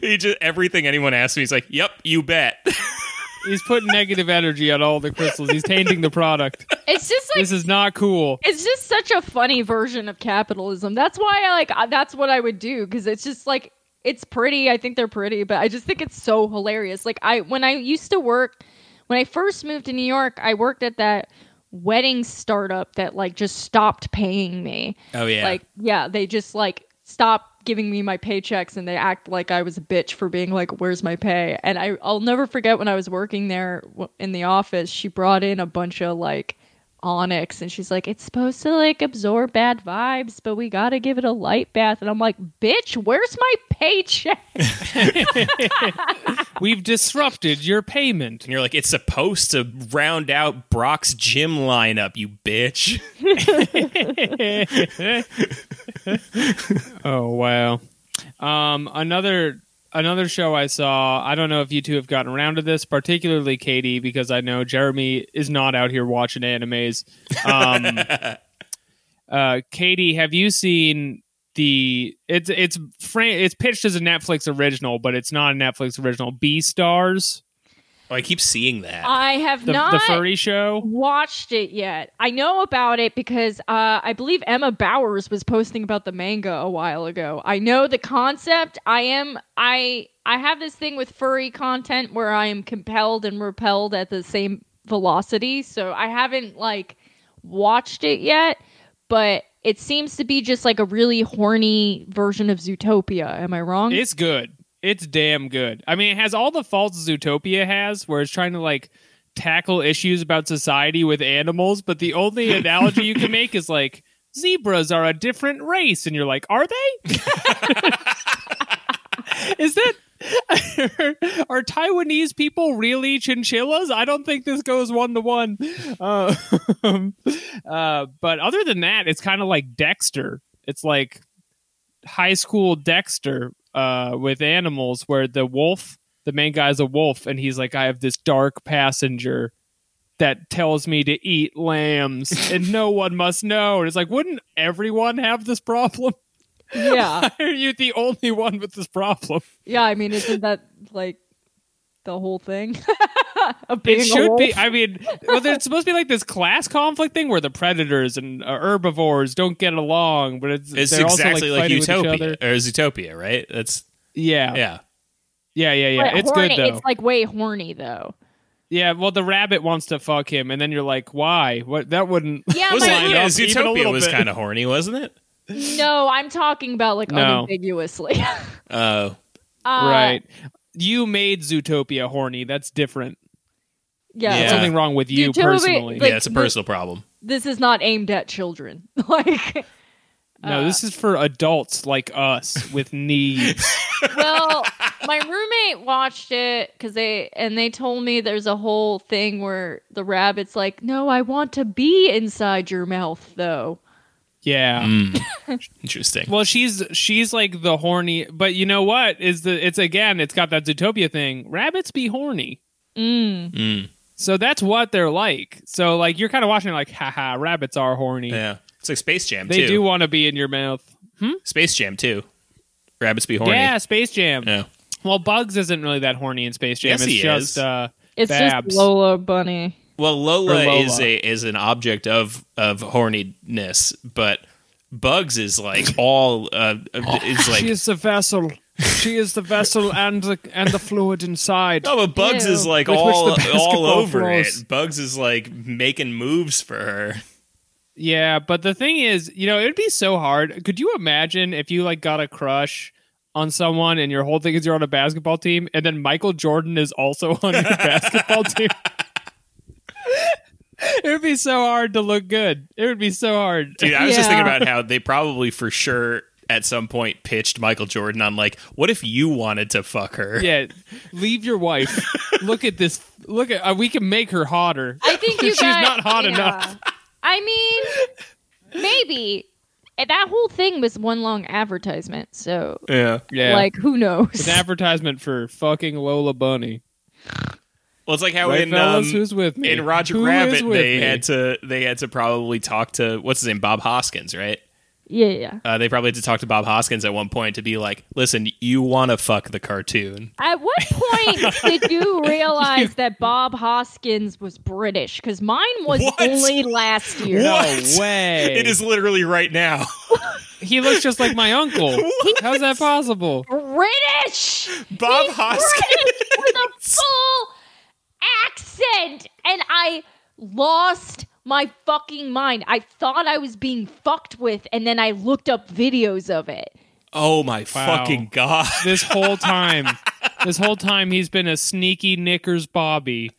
Speaker 3: he just everything anyone asks me he's like yep you bet
Speaker 4: He's putting negative energy on all the crystals. He's tainting the product.
Speaker 5: It's just like
Speaker 4: This is not cool.
Speaker 5: it's just such a funny version of capitalism. That's why I like I- that's what I would do because it's just like it's pretty. I think they're pretty, but I just think it's so hilarious. Like I when I used to work when I first moved to New York, I worked at that wedding startup that like just stopped paying me.
Speaker 3: oh yeah
Speaker 5: Like yeah, they just like stopped giving me my paychecks and they act like I was a bitch for being like where's my pay? And I I'll never forget when I was working there w- in the office, she brought in a bunch of like onyx and she's like it's supposed to like absorb bad vibes but we gotta give it a light bath and i'm like bitch where's my paycheck
Speaker 4: We've disrupted your payment.
Speaker 3: and you're like it's supposed to round out brock's gym lineup you bitch
Speaker 4: Oh wow. Um, another another show I saw. I don't know if you two have gotten around to this, particularly Katie, because I know Jeremy is not out here watching animes. Um, uh, Katie, have you seen the? It's it's fran- it's pitched as a Netflix original, but it's not a Netflix original. B stars.
Speaker 3: Oh, I keep seeing that.
Speaker 4: Uh,
Speaker 5: I have
Speaker 4: The,
Speaker 5: not
Speaker 4: the furry show.
Speaker 5: watched it yet. I know about it because uh, I believe Emma Bowers was posting about the manga a while ago. I know the concept. I am I I have this thing with furry content where I am compelled and repelled at the same velocity. So I haven't like watched it yet, but it seems to be just like a really horny version of Zootopia. Am I wrong?
Speaker 4: It's good. It's damn good. I mean, it has all the faults Zootopia has, where it's trying to like tackle issues about society with animals, but the only analogy you can make is like zebras are a different race, and you're like, are they? is that are Taiwanese people really chinchillas? I don't think this goes one to one. Uh, uh, But other than that, it's kind of like Dexter. It's like high school Dexter uh, with animals, where the wolf, the main guy's a wolf, and he's like, I have this dark passenger that tells me to eat lambs, and no one must know. And it's like, wouldn't everyone have this problem?
Speaker 5: yeah.
Speaker 4: Are you the only one with this problem?
Speaker 5: Yeah, I mean isn't that like the whole thing? of being
Speaker 4: It
Speaker 5: a
Speaker 4: should
Speaker 5: wolf?
Speaker 4: be. I mean, well, there's supposed to be like this class conflict thing where the predators and uh, herbivores don't get along, but it's,
Speaker 3: it's
Speaker 4: they're
Speaker 3: exactly
Speaker 4: also,
Speaker 3: like,
Speaker 4: fighting with each
Speaker 3: Utopia
Speaker 4: other.
Speaker 3: or Zootopia, right? That's
Speaker 4: Yeah, yeah, yeah,
Speaker 3: yeah.
Speaker 4: yeah. yeah.
Speaker 5: But
Speaker 4: It's
Speaker 5: horny,
Speaker 4: good though.
Speaker 5: It's like way horny though.
Speaker 4: Yeah, well, the rabbit wants to fuck him, and then you're like, "Why? What? That wouldn't."
Speaker 5: Yeah,
Speaker 3: Was
Speaker 5: but
Speaker 4: Line
Speaker 3: it, yeah,
Speaker 4: up even a
Speaker 3: Zootopia
Speaker 4: little
Speaker 3: was
Speaker 4: bit.
Speaker 3: kind of horny, wasn't it?
Speaker 5: no, I'm talking about like
Speaker 4: No.
Speaker 5: unambiguously. uh,
Speaker 3: Oh,
Speaker 4: right. You made Zootopia horny. That's different.
Speaker 5: Yeah.
Speaker 3: Yeah.
Speaker 4: There's Something wrong with you
Speaker 5: Zootopia-
Speaker 4: personally.
Speaker 5: Like,
Speaker 3: yeah, it's a
Speaker 5: the-
Speaker 3: personal problem.
Speaker 5: This is not aimed at children. like, uh,
Speaker 4: no, this is for adults like us with needs.
Speaker 5: well, my roommate watched it because they and they told me there's a whole thing where the rabbit's like, "No, I want to be inside your mouth, though."
Speaker 4: Yeah.
Speaker 3: Mm. Interesting.
Speaker 4: Well, she's she's like the horny, but you know what? Is the it's again? It's got that Zootopia thing. Rabbits be horny.
Speaker 5: Mm.
Speaker 3: Mm,
Speaker 4: So that's what they're like. So like you're kind of watching it like, haha, rabbits are horny.
Speaker 3: yeah, it's like Space Jam
Speaker 4: They
Speaker 3: too.
Speaker 4: do want to be in your mouth.
Speaker 3: Space Jam too. Rabbits be horny.
Speaker 4: Yeah, Space Jam.
Speaker 3: Yeah.
Speaker 4: Well, Bugs isn't really that horny in Space Jam.
Speaker 3: Yes,
Speaker 4: it's
Speaker 3: he
Speaker 4: just
Speaker 3: is.
Speaker 4: uh
Speaker 5: It's
Speaker 4: Babs.
Speaker 5: just Lola Bunny.
Speaker 3: Well,
Speaker 4: Or
Speaker 3: Lola,
Speaker 4: Lola.
Speaker 3: is a is an object of of horniness, but Bugs is like all uh, is like.
Speaker 4: She is the vessel. She is the vessel and the and the fluid inside.
Speaker 3: Oh, but Bugs
Speaker 5: Ew.
Speaker 3: is like
Speaker 4: With which
Speaker 3: all
Speaker 4: the
Speaker 3: all
Speaker 4: basketball
Speaker 3: over
Speaker 4: flows.
Speaker 3: it. Bugs is like making moves for her.
Speaker 4: Yeah, but the thing is, you know, it'd be so hard. Could you imagine if you like got a crush on someone and your whole thing is you're on a basketball team and then Michael Jordan is also on your basketball team? it would be so hard to look good. It would be so hard.
Speaker 3: Dude, I was just
Speaker 5: Yeah.
Speaker 3: thinking about how they probably for sure at some point pitched Michael Jordan on like, what if you wanted to fuck her?
Speaker 4: Yeah, leave your wife. look at this. Look at. Uh, we can make her hotter.
Speaker 5: I think you
Speaker 4: She's
Speaker 5: got-
Speaker 4: not hot
Speaker 5: yeah.
Speaker 4: enough.
Speaker 5: I mean, maybe And that whole thing was one long advertisement. So,
Speaker 3: Yeah.
Speaker 4: Yeah,
Speaker 5: like, who knows?
Speaker 4: an advertisement for fucking Lola Bunny.
Speaker 3: Well, it's like how
Speaker 4: Right,
Speaker 3: in
Speaker 4: fellas?
Speaker 3: um,
Speaker 4: who's with me?
Speaker 3: in Roger
Speaker 4: Who is
Speaker 3: Rabbit
Speaker 4: with
Speaker 3: they
Speaker 4: me?
Speaker 3: had to they had to probably talk to what's his name Bob Hoskins, right?
Speaker 5: yeah, yeah.
Speaker 3: Uh, they probably had to talk to Bob Hoskins at one point to be like, "Listen, you want to fuck the cartoon?"
Speaker 5: At what point did you realize that Bob Hoskins was British? Because mine was
Speaker 3: What?
Speaker 5: only last year.
Speaker 4: No
Speaker 3: What?
Speaker 4: way.
Speaker 3: It is literally right now.
Speaker 4: He looks just like my uncle. How's that possible?
Speaker 5: British!
Speaker 3: Bob
Speaker 5: He's
Speaker 3: Hoskins.
Speaker 5: British with a full accent! And I lost my fucking mind. I thought I was being fucked with, and then I looked up videos of it.
Speaker 3: Oh my fucking god!
Speaker 4: This whole time, this whole time, he's been a sneaky knickers Bobby,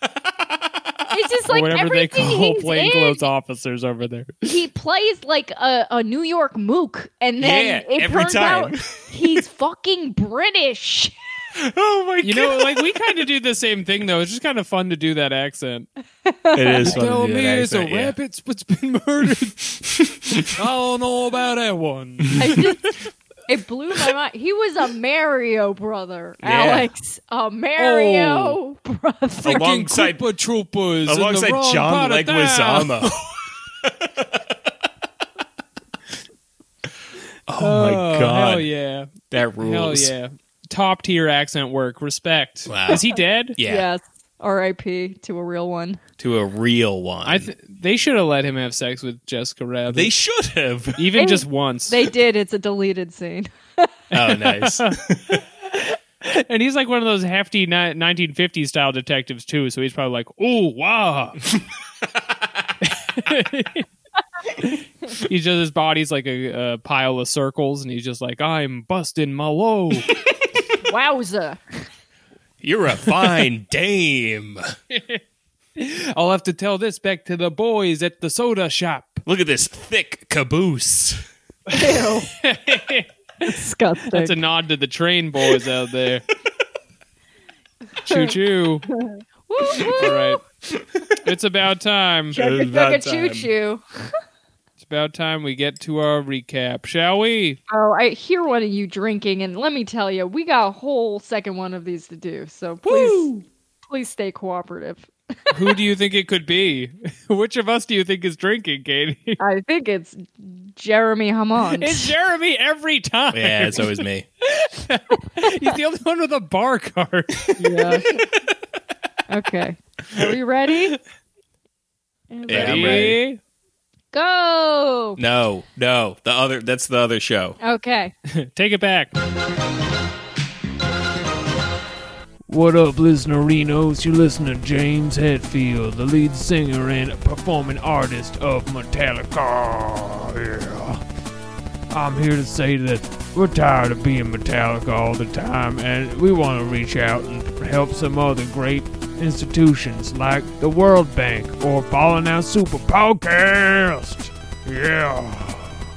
Speaker 5: It's just
Speaker 4: or
Speaker 5: like
Speaker 4: whatever they
Speaker 5: everything
Speaker 4: call
Speaker 5: he's in,
Speaker 4: plainclothes officers over there.
Speaker 5: he plays like a, a New York mook, and then
Speaker 3: Yeah,
Speaker 5: it
Speaker 3: every
Speaker 5: turns
Speaker 3: time.
Speaker 5: out he's fucking British.
Speaker 3: Oh my
Speaker 4: You know, like we kind of do the same thing though. It's just kind of fun to do that accent.
Speaker 3: god! It is. fun to
Speaker 4: Tell
Speaker 3: do
Speaker 4: me
Speaker 3: that
Speaker 4: it's a
Speaker 3: accent, yeah.
Speaker 4: rabbit's what's been murdered. I don't know about that one.
Speaker 5: I just, it blew my mind. He was a Mario brother,
Speaker 3: Yeah. Oh.
Speaker 5: Alex. A Mario brother.
Speaker 3: Alongside-
Speaker 4: Koopa Troopas in the
Speaker 3: alongside
Speaker 4: wrong
Speaker 3: John
Speaker 4: part of town.
Speaker 3: Leguizamo. oh my
Speaker 4: Oh,
Speaker 3: god,
Speaker 4: Hell yeah!
Speaker 3: Oh that rules!
Speaker 4: Oh, Hell yeah! top tier accent work. Respect.
Speaker 3: Wow.
Speaker 4: Is he dead?
Speaker 3: Yeah,
Speaker 5: Yes. R.I.P. to a real one.
Speaker 3: to a real one.
Speaker 4: I th- they should have let him have sex with Jessica Rabbit.
Speaker 3: they should have.
Speaker 4: even
Speaker 5: And
Speaker 4: just once.
Speaker 5: They did. It's a deleted scene.
Speaker 3: oh, nice.
Speaker 4: and he's like one of those hefty ni- 1950s style detectives too, so he's probably like, "Oh, wow." he's just his body's like a, a pile of circles, and he's just like, "I'm busting my low."
Speaker 5: Wowza.
Speaker 3: You're a fine dame.
Speaker 4: I'll have to tell this back to the boys at the soda shop.
Speaker 3: Look at this thick caboose.
Speaker 5: Ew. Disgusting.
Speaker 4: That's a nod to the train boys out there. choo choo.
Speaker 5: Woo, woo.
Speaker 4: All right. It's about time.
Speaker 5: Chugga,
Speaker 3: About
Speaker 5: chugga, choo
Speaker 3: time.
Speaker 5: choo.
Speaker 4: It's about time we get to our recap, shall we?
Speaker 5: Oh, I hear one of you drinking, and let me tell you, we got a whole second one of these to do. So please, please stay cooperative.
Speaker 4: Who do you think it could be? Which of us do you think is drinking, Katie?
Speaker 5: I think it's Jeremy Hammond.
Speaker 4: It's Jeremy every time.
Speaker 3: Yeah, it's always me.
Speaker 4: He's the only one with a bar card.
Speaker 5: yeah. okay. Are we ready?
Speaker 3: Yeah, I'm ready.
Speaker 5: Go.
Speaker 3: No, no, the other. That's the other show.
Speaker 5: Okay.
Speaker 4: Take it back. What up, listenerinos? You're listening to James Hetfield, the lead singer and performing artist of Metallica. Yeah. I'm here to say that we're tired of being Metallica all the time, and we want to reach out and help some other great institutions like the World Bank or Falling Out Super Podcast. Yeah.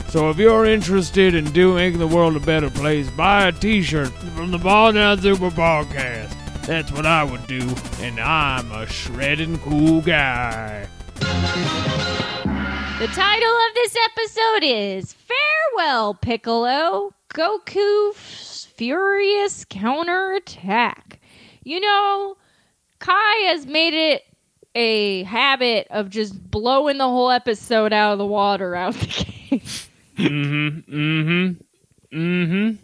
Speaker 4: So if you're interested in doing making the world a better place, buy a t-shirt from the Ball Down Super Podcast. That's what I would do, and I'm a shredding cool guy.
Speaker 5: The title of this episode is Farewell, Piccolo. Goku F- Furious Counterattack. You know, Kai has made it a habit of just blowing the whole episode out of the water out the gate.
Speaker 4: Mm-hmm. Mm-hmm. Mm-hmm.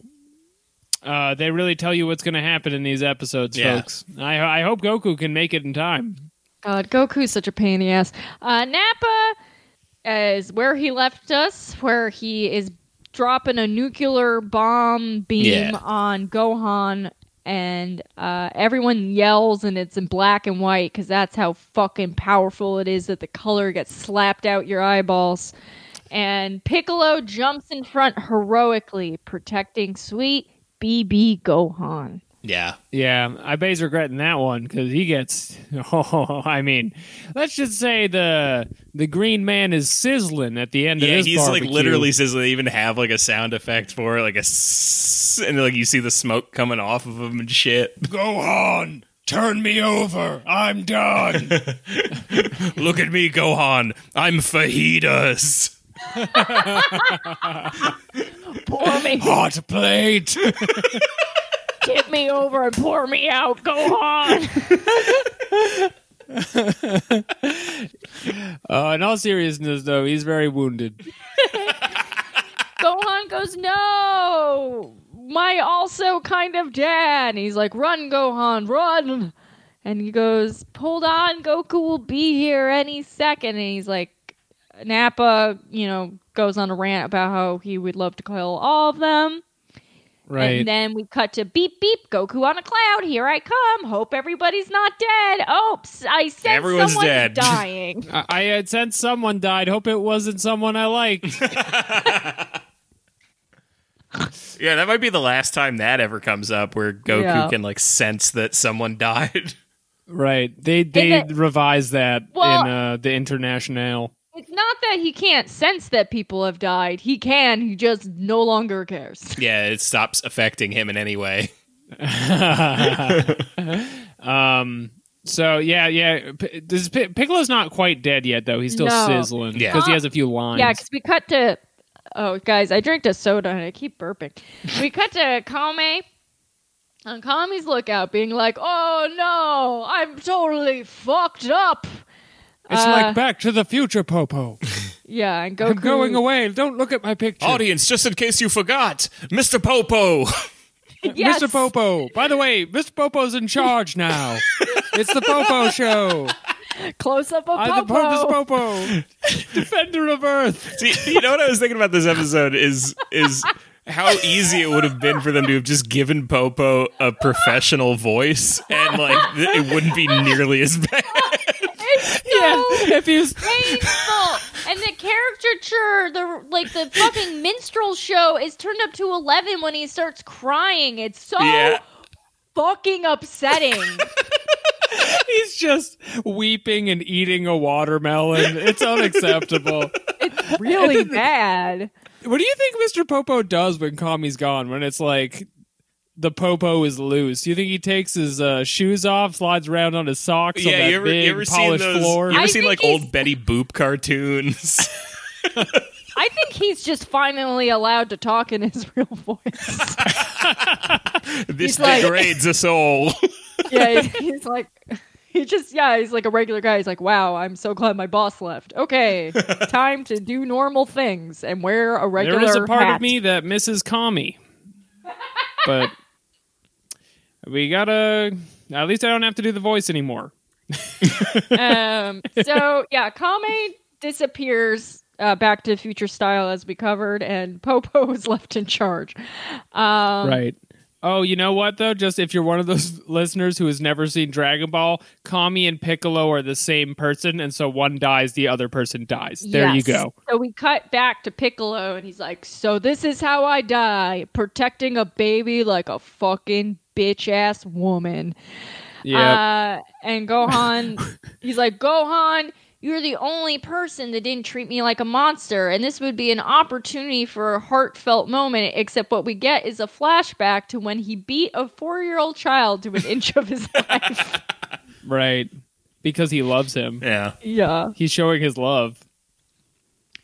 Speaker 4: Uh, they really tell you what's going to happen in these episodes,
Speaker 3: Yeah.
Speaker 4: folks. I, I hope Goku can make it in time.
Speaker 5: God, Goku's such a pain in the ass. Uh, Nappa is where he left us, where he is dropping a nuclear bomb beam
Speaker 3: Yeah.
Speaker 5: on Gohan, and uh, everyone yells, and it's in black and white because that's how fucking powerful it is that the color gets slapped out your eyeballs. And Piccolo jumps in front heroically, protecting sweet BB Gohan.
Speaker 3: Yeah,
Speaker 4: Yeah, I bay's regretting that one because he gets. Oh, I mean, let's just say the the Green Man is sizzling at the end of
Speaker 3: yeah.
Speaker 4: this.
Speaker 3: He's
Speaker 4: barbecue.
Speaker 3: like literally says they even have like a sound effect for it, like a s- and like you see the smoke coming off of him and shit.
Speaker 4: Go on, turn me over. I'm done.
Speaker 3: Look at me, Gohan. I'm fajitas.
Speaker 5: Pour me,
Speaker 3: Hot plate.
Speaker 5: tip me over, and pour me out, Gohan.
Speaker 4: uh, in all seriousness, though, he's very wounded.
Speaker 5: Gohan goes, No! My also kind of dad. And he's like, Run, Gohan, run! And he goes, Hold on, Goku will be here any second. And he's like, Nappa, you know, goes on a rant about how he would love to kill all of them.
Speaker 4: Right.
Speaker 5: And then we cut to beep, beep, Goku on a cloud. Here I come. Hope everybody's not dead. Oops, I sense
Speaker 3: Everyone's
Speaker 5: someone's
Speaker 3: dead.
Speaker 5: dying.
Speaker 4: I, I had sensed someone died. Hope it wasn't someone I liked.
Speaker 3: Yeah, that might be the last time that ever comes up where Goku
Speaker 5: Yeah.
Speaker 3: can like sense that someone died.
Speaker 4: right. They they
Speaker 5: In the-
Speaker 4: revised that
Speaker 5: Well-
Speaker 4: in uh, the international.
Speaker 5: It's not that he can't sense that people have died. He can. He just no longer cares.
Speaker 3: yeah, it stops affecting him in any way.
Speaker 4: um. So yeah, yeah. P- this, P- Piccolo's not quite dead yet, though. He's still
Speaker 5: No.
Speaker 4: sizzling
Speaker 3: Yeah.
Speaker 4: because he has a few lines.
Speaker 5: Yeah, because we cut to. Oh, guys, I drank a soda and I keep burping. We cut to Kame on Kame's lookout, being like, "Oh no, I'm totally fucked up."
Speaker 4: it's
Speaker 5: uh,
Speaker 4: like Back to the Future, Popo.
Speaker 5: Yeah, and Goku.
Speaker 4: I'm going away. Don't look at my picture.
Speaker 3: Audience, just in case you forgot, Mr. Popo.
Speaker 5: Yes.
Speaker 4: Mr. Popo. By the way, Mr. Popo's in charge now. it's the Popo Show.
Speaker 5: Close up of
Speaker 4: I'm the Popo's
Speaker 5: Popo.
Speaker 4: Popo, defender of Earth.
Speaker 3: See, you know what I was thinking about this episode is is how easy it would have been for them to have just given Popo a professional voice, and like th- it wouldn't be nearly as bad.
Speaker 5: It's
Speaker 4: Yeah,
Speaker 5: so
Speaker 4: if he was
Speaker 5: painful. And the caricature, the like the fucking minstrel show is turned up to eleven when he starts crying. It's so
Speaker 3: Yeah.
Speaker 5: fucking upsetting.
Speaker 4: He's just weeping and eating a watermelon. It's unacceptable.
Speaker 5: really bad.
Speaker 4: what do you think Mr. Popo does when Kami's gone? When it's like the Popo is loose? Do you think he takes his uh, shoes off, slides around on his socks on
Speaker 3: yeah,
Speaker 4: that
Speaker 3: you ever,
Speaker 4: big
Speaker 3: you ever seen
Speaker 4: polished
Speaker 3: those?
Speaker 4: floor?
Speaker 3: You ever
Speaker 5: I
Speaker 3: seen
Speaker 5: think
Speaker 3: like
Speaker 5: he's-
Speaker 3: old Betty Boop cartoons?
Speaker 5: I think he's just finally allowed to talk in his real voice.
Speaker 3: this
Speaker 5: He's like-
Speaker 3: degrades us all.
Speaker 5: yeah, he's like he just yeah, he's like a regular guy. He's like, "Wow, I'm so glad my boss left. Okay, time to do normal things and wear a regular
Speaker 4: there is a part
Speaker 5: hat."
Speaker 4: of me that misses Kami, but we gotta. At least I don't have to do the voice anymore.
Speaker 5: um, so yeah, Kame disappears uh, back to future style as we covered, and Popo is left in charge. Um,
Speaker 4: Right. Oh, you know what though? Just if you're one of those listeners who has never seen Dragon Ball, Kami and Piccolo are the same person, and so one dies, the other person dies. There you
Speaker 5: yes.
Speaker 4: go.
Speaker 5: So we cut back to Piccolo, and he's like, "So this is how I die, protecting a baby like a fucking bitch ass woman."
Speaker 4: Yeah.
Speaker 5: Uh, and Gohan, he's like, Gohan, you're the only person that didn't treat me like a monster. And this would be an opportunity for a heartfelt moment, except what we get is a flashback to when he beat a four year old child to an inch of his life.
Speaker 4: right. Because he loves him.
Speaker 3: Yeah,
Speaker 5: Yeah.
Speaker 4: He's showing his love.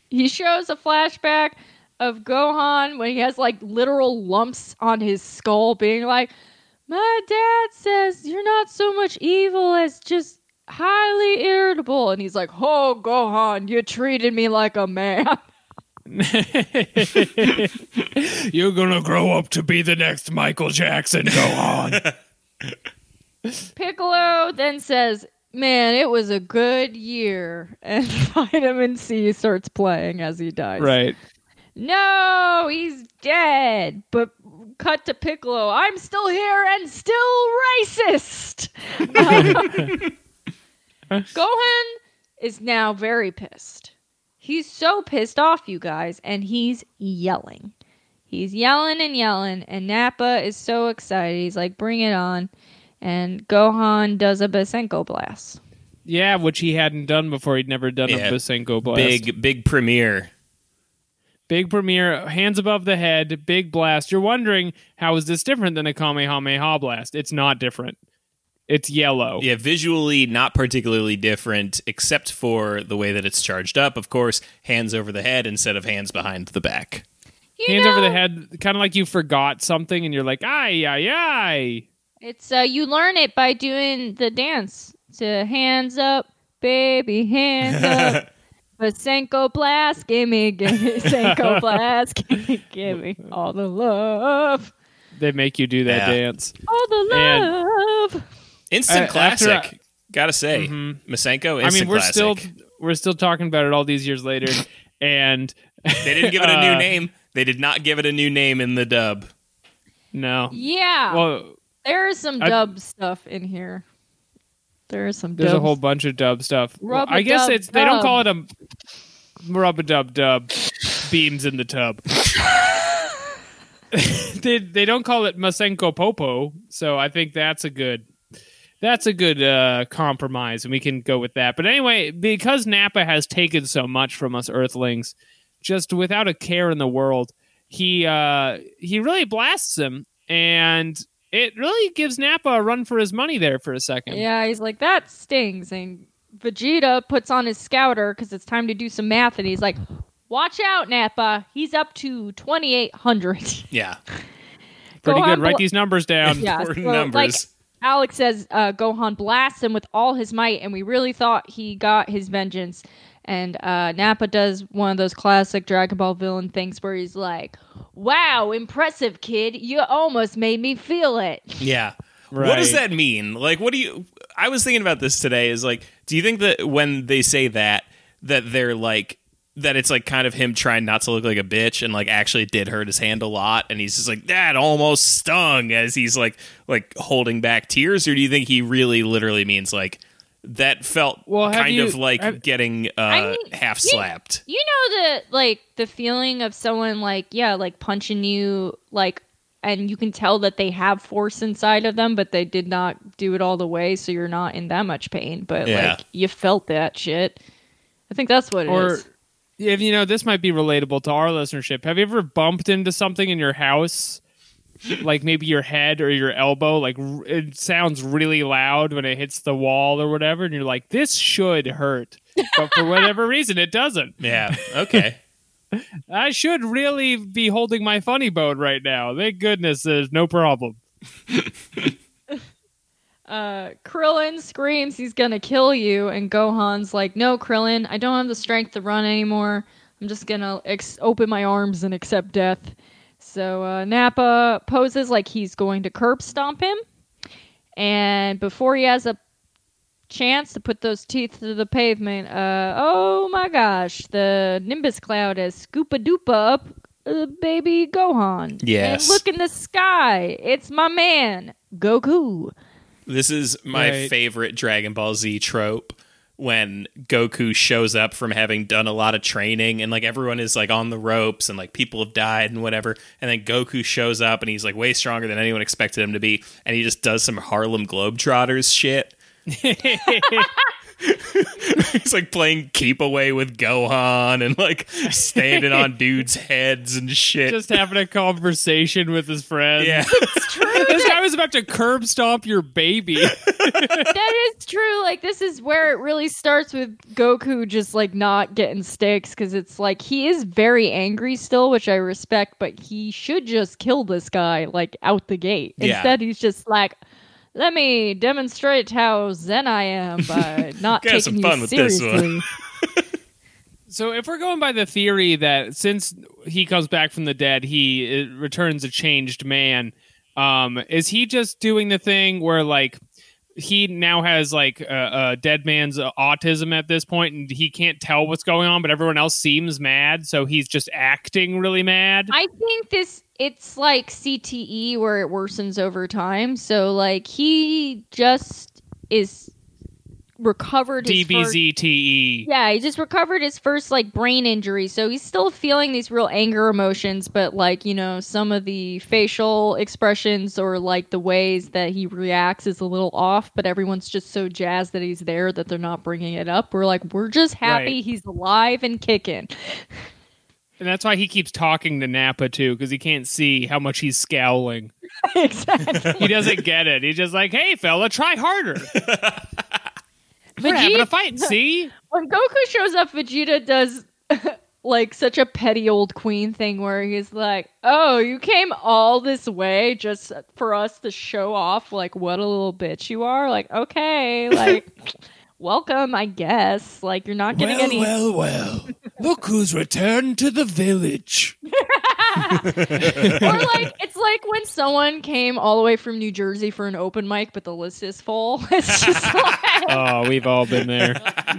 Speaker 5: He shows a flashback of Gohan when he has like literal lumps on his skull, being like, My dad says you're not so much evil as just highly irritable. And he's like, Oh, Gohan, you treated me like a man.
Speaker 4: You're gonna grow up to be the next Michael Jackson. Go on.
Speaker 5: Piccolo then says, Man, it was a good year. And Vitamin C starts playing as he dies.
Speaker 4: right.
Speaker 5: No, he's dead. But cut to Piccolo. I'm still here and still racist. Gohan is now very pissed. He's so pissed off, you guys, and he's yelling. He's yelling and yelling, and Nappa is so excited. He's like, bring it on. And Gohan does a Basenko blast.
Speaker 4: Yeah, which he hadn't done before. He'd never done
Speaker 3: Yeah.
Speaker 4: a Basenko blast.
Speaker 3: big big premiere.
Speaker 4: Big premiere, hands above the head, big blast. You're wondering how is this different than a Kamehameha blast? It's not different. It's yellow.
Speaker 3: Yeah, visually not particularly different, except for the way that it's charged up. Of course, hands over the head instead of hands behind the back.
Speaker 5: You
Speaker 4: Hands over
Speaker 5: know-
Speaker 4: the head, kind of like you forgot something and you're like, ay, ay, ay.
Speaker 5: It's uh, you learn it by doing the dance to hands up, baby, hands up. Basenko blast, gimme, gimme, Senko blast, gimme, gimme, all the love,
Speaker 4: They make you do that
Speaker 3: Yeah.
Speaker 4: dance.
Speaker 5: all the
Speaker 4: And-
Speaker 5: love.
Speaker 3: Instant
Speaker 4: Uh, after
Speaker 3: classic.
Speaker 4: I- Mm-hmm.
Speaker 3: Gotta say, Masenko. Instant
Speaker 4: I mean, we're
Speaker 3: classic.
Speaker 4: still we're still talking about it all these years later. and
Speaker 3: They didn't give it a new
Speaker 4: uh,
Speaker 3: name. They did not give it a new name in the dub.
Speaker 4: no.
Speaker 5: yeah,
Speaker 4: Well,
Speaker 5: there is some
Speaker 4: I-
Speaker 5: dub stuff in here. There is some
Speaker 4: there's
Speaker 5: dub.
Speaker 4: a whole bunch of dub stuff. Well, I guess
Speaker 5: Rub-a-dub
Speaker 4: it's they don't
Speaker 5: dub.
Speaker 4: call it a rub a dub dub beams in the tub. they they don't call it Masenko Popo, so I think that's a good that's a good uh, compromise, and we can go with that. But anyway, because Napa has taken so much from us Earthlings, just without a care in the world, he uh, he really blasts him, and it really gives Napa a run for his money there for a second.
Speaker 5: Yeah, he's like, that stings. And Vegeta puts on his scouter because it's time to do some math. And he's like, watch out, Nappa. He's up to 2,800.
Speaker 3: Yeah,
Speaker 4: Pretty
Speaker 5: Go
Speaker 4: good.
Speaker 5: on,
Speaker 4: Write
Speaker 5: bl-
Speaker 4: these numbers down.
Speaker 5: Yeah,
Speaker 3: Important
Speaker 5: so,
Speaker 3: numbers.
Speaker 5: like- Alex says uh, Gohan blasts him with all his might, and we really thought he got his vengeance. And uh, Nappa does one of those classic Dragon Ball villain things where he's like, "Wow, impressive kid! You almost made me feel it."
Speaker 3: Yeah. What does
Speaker 4: Right.
Speaker 3: that mean? Like, what do you? I was thinking about this today. Is like, do you think that when they say that, that they're like, that it's like kind of him trying not to look like a bitch and like actually it did hurt his hand a lot, and he's just like that almost stung as he's like like holding back tears, or do you think he really literally means like that felt
Speaker 4: Well, have
Speaker 3: kind
Speaker 4: you-
Speaker 3: of like
Speaker 4: have-
Speaker 3: getting uh,
Speaker 5: I mean,
Speaker 3: half
Speaker 5: you-
Speaker 3: slapped?
Speaker 5: You know the like the feeling of someone like yeah like punching you like and you can tell that they have force inside of them but they did not do it all the way so you're not in that much pain but
Speaker 3: Yeah.
Speaker 5: like you felt that shit. I think that's what it is.
Speaker 4: or if you know this might be relatable to our listenership have you ever bumped into something in your house like maybe your head or your elbow like r- it sounds really loud when it hits the wall or whatever and you're like this should hurt but for whatever reason it doesn't
Speaker 3: Yeah. Okay.
Speaker 4: i should really be holding my funny bone right now thank goodness there's no problem
Speaker 5: Uh, Krillin screams he's gonna kill you, and Gohan's like, "No, Krillin, I don't have the strength to run anymore. I'm just gonna ex- open my arms and accept death." So uh, Nappa poses like he's going to curb stomp him, and before he has a chance to put those teeth to the pavement, uh, oh my gosh, the Nimbus cloud has scoopa doopa up. Uh, baby Gohan.
Speaker 3: Yes.
Speaker 5: And look in the sky. It's my man, Goku.
Speaker 3: This is my
Speaker 4: Right.
Speaker 3: favorite Dragon Ball Z trope when Goku shows up from having done a lot of training and like everyone is like on the ropes and like people have died and whatever and then Goku shows up and he's like way stronger than anyone expected him to be and he just does some Harlem Globetrotters shit. he's like playing keep away with Gohan and like standing on dudes' heads and shit.
Speaker 4: just having a conversation with his friends
Speaker 3: yeah.
Speaker 4: this guy was about to curb stomp your baby
Speaker 5: that is true. Like this is where it really starts with Goku just like not getting sticks because it's like he is very angry still, which I respect, but he should just kill this guy like out the gate.
Speaker 3: Yeah.
Speaker 5: Instead, he's just like, "Let me demonstrate how zen I am by not
Speaker 3: Gotta have
Speaker 5: taking
Speaker 3: some
Speaker 5: you
Speaker 3: fun with this
Speaker 5: seriously."
Speaker 3: one.
Speaker 4: So if we're going by the theory that since he comes back from the dead, he uh, returns a changed man. Um, is he just doing the thing where like he now has like a, a dead man's uh, autism at this point, and he can't tell what's going on, but everyone else seems mad, so he's just acting really mad.
Speaker 5: I think this it's like CTE where it worsens over time. So like he just is recovered his first-
Speaker 4: DBZTE.
Speaker 5: Yeah, he just recovered his first like brain injury, so he's still feeling these real anger emotions, but like, you know, some of the facial expressions or like the ways that he reacts is a little off, but everyone's just so jazzed that he's there that they're not bringing it up. We're like, we're just happy
Speaker 4: Right.
Speaker 5: he's alive and kicking.
Speaker 4: and that's why he keeps talking to Napa too, because he can't see how much he's scowling.
Speaker 5: exactly.
Speaker 4: He doesn't get it. He's just like, "Hey, fella, try harder. We're having a
Speaker 5: Vegeta,
Speaker 4: fight. See."
Speaker 5: when Goku shows up, Vegeta does like such a petty old queen thing where he's like, "Oh, you came all this way just for us to show off like what a little bitch you are." Like, "Okay, like welcome, I guess. Like you're not getting any
Speaker 4: well, well. Look who's returned to the village.
Speaker 5: or like it's like when someone came all the way from New Jersey for an open mic but the list is full. It's just like
Speaker 4: Oh, we've all been there.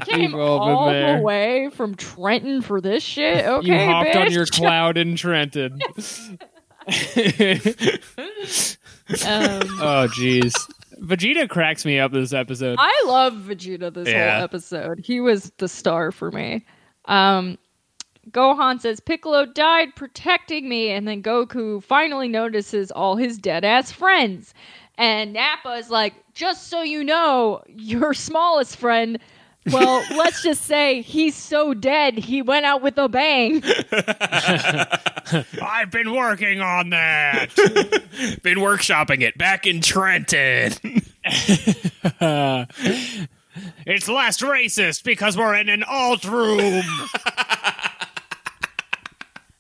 Speaker 5: came
Speaker 4: we've all
Speaker 5: all,
Speaker 4: been there.
Speaker 5: the way from Trenton for this shit. Okay,
Speaker 4: you hopped on
Speaker 5: bitch.
Speaker 4: your cloud in Trenton.
Speaker 5: Um,
Speaker 4: oh, jeez. Vegeta cracks me up this episode.
Speaker 5: I love Vegeta this
Speaker 3: Yeah.
Speaker 5: whole episode. He was the star for me. Um, Gohan says Piccolo died protecting me, and then Goku finally notices all his dead ass friends. And Nappa is like, just so you know, your smallest friend. Well, let's just say he's so dead he went out with a bang.
Speaker 2: I've been working on that.
Speaker 3: Been workshopping it back in Trenton.
Speaker 2: It's less racist because we're in an alt room.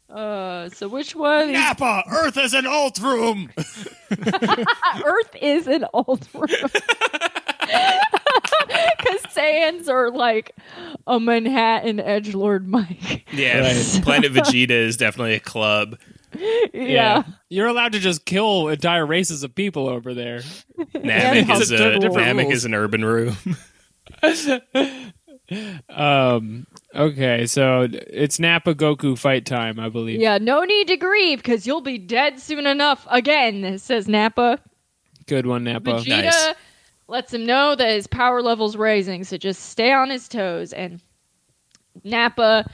Speaker 5: Uh, so which one? is-
Speaker 2: Kappa, Earth is an alt room.
Speaker 5: Earth is an old room. Because fans are like a Manhattan edge lord Mike.
Speaker 3: Yeah,
Speaker 4: Right.
Speaker 3: Planet Vegeta is definitely a club.
Speaker 5: yeah.
Speaker 4: You're allowed to just kill entire races of people over there.
Speaker 3: Namek
Speaker 5: it's
Speaker 3: is a
Speaker 4: different
Speaker 3: Namek
Speaker 4: rules.
Speaker 3: is an urban room.
Speaker 4: Um. Okay, so it's Nappa Goku fight time, I believe.
Speaker 5: Yeah, no need to grieve because you'll be dead soon enough again, says Nappa.
Speaker 4: Good one, Nappa.
Speaker 5: Vegeta
Speaker 3: nice.
Speaker 5: lets him know that his power level's raising, so just stay on his toes. And Nappa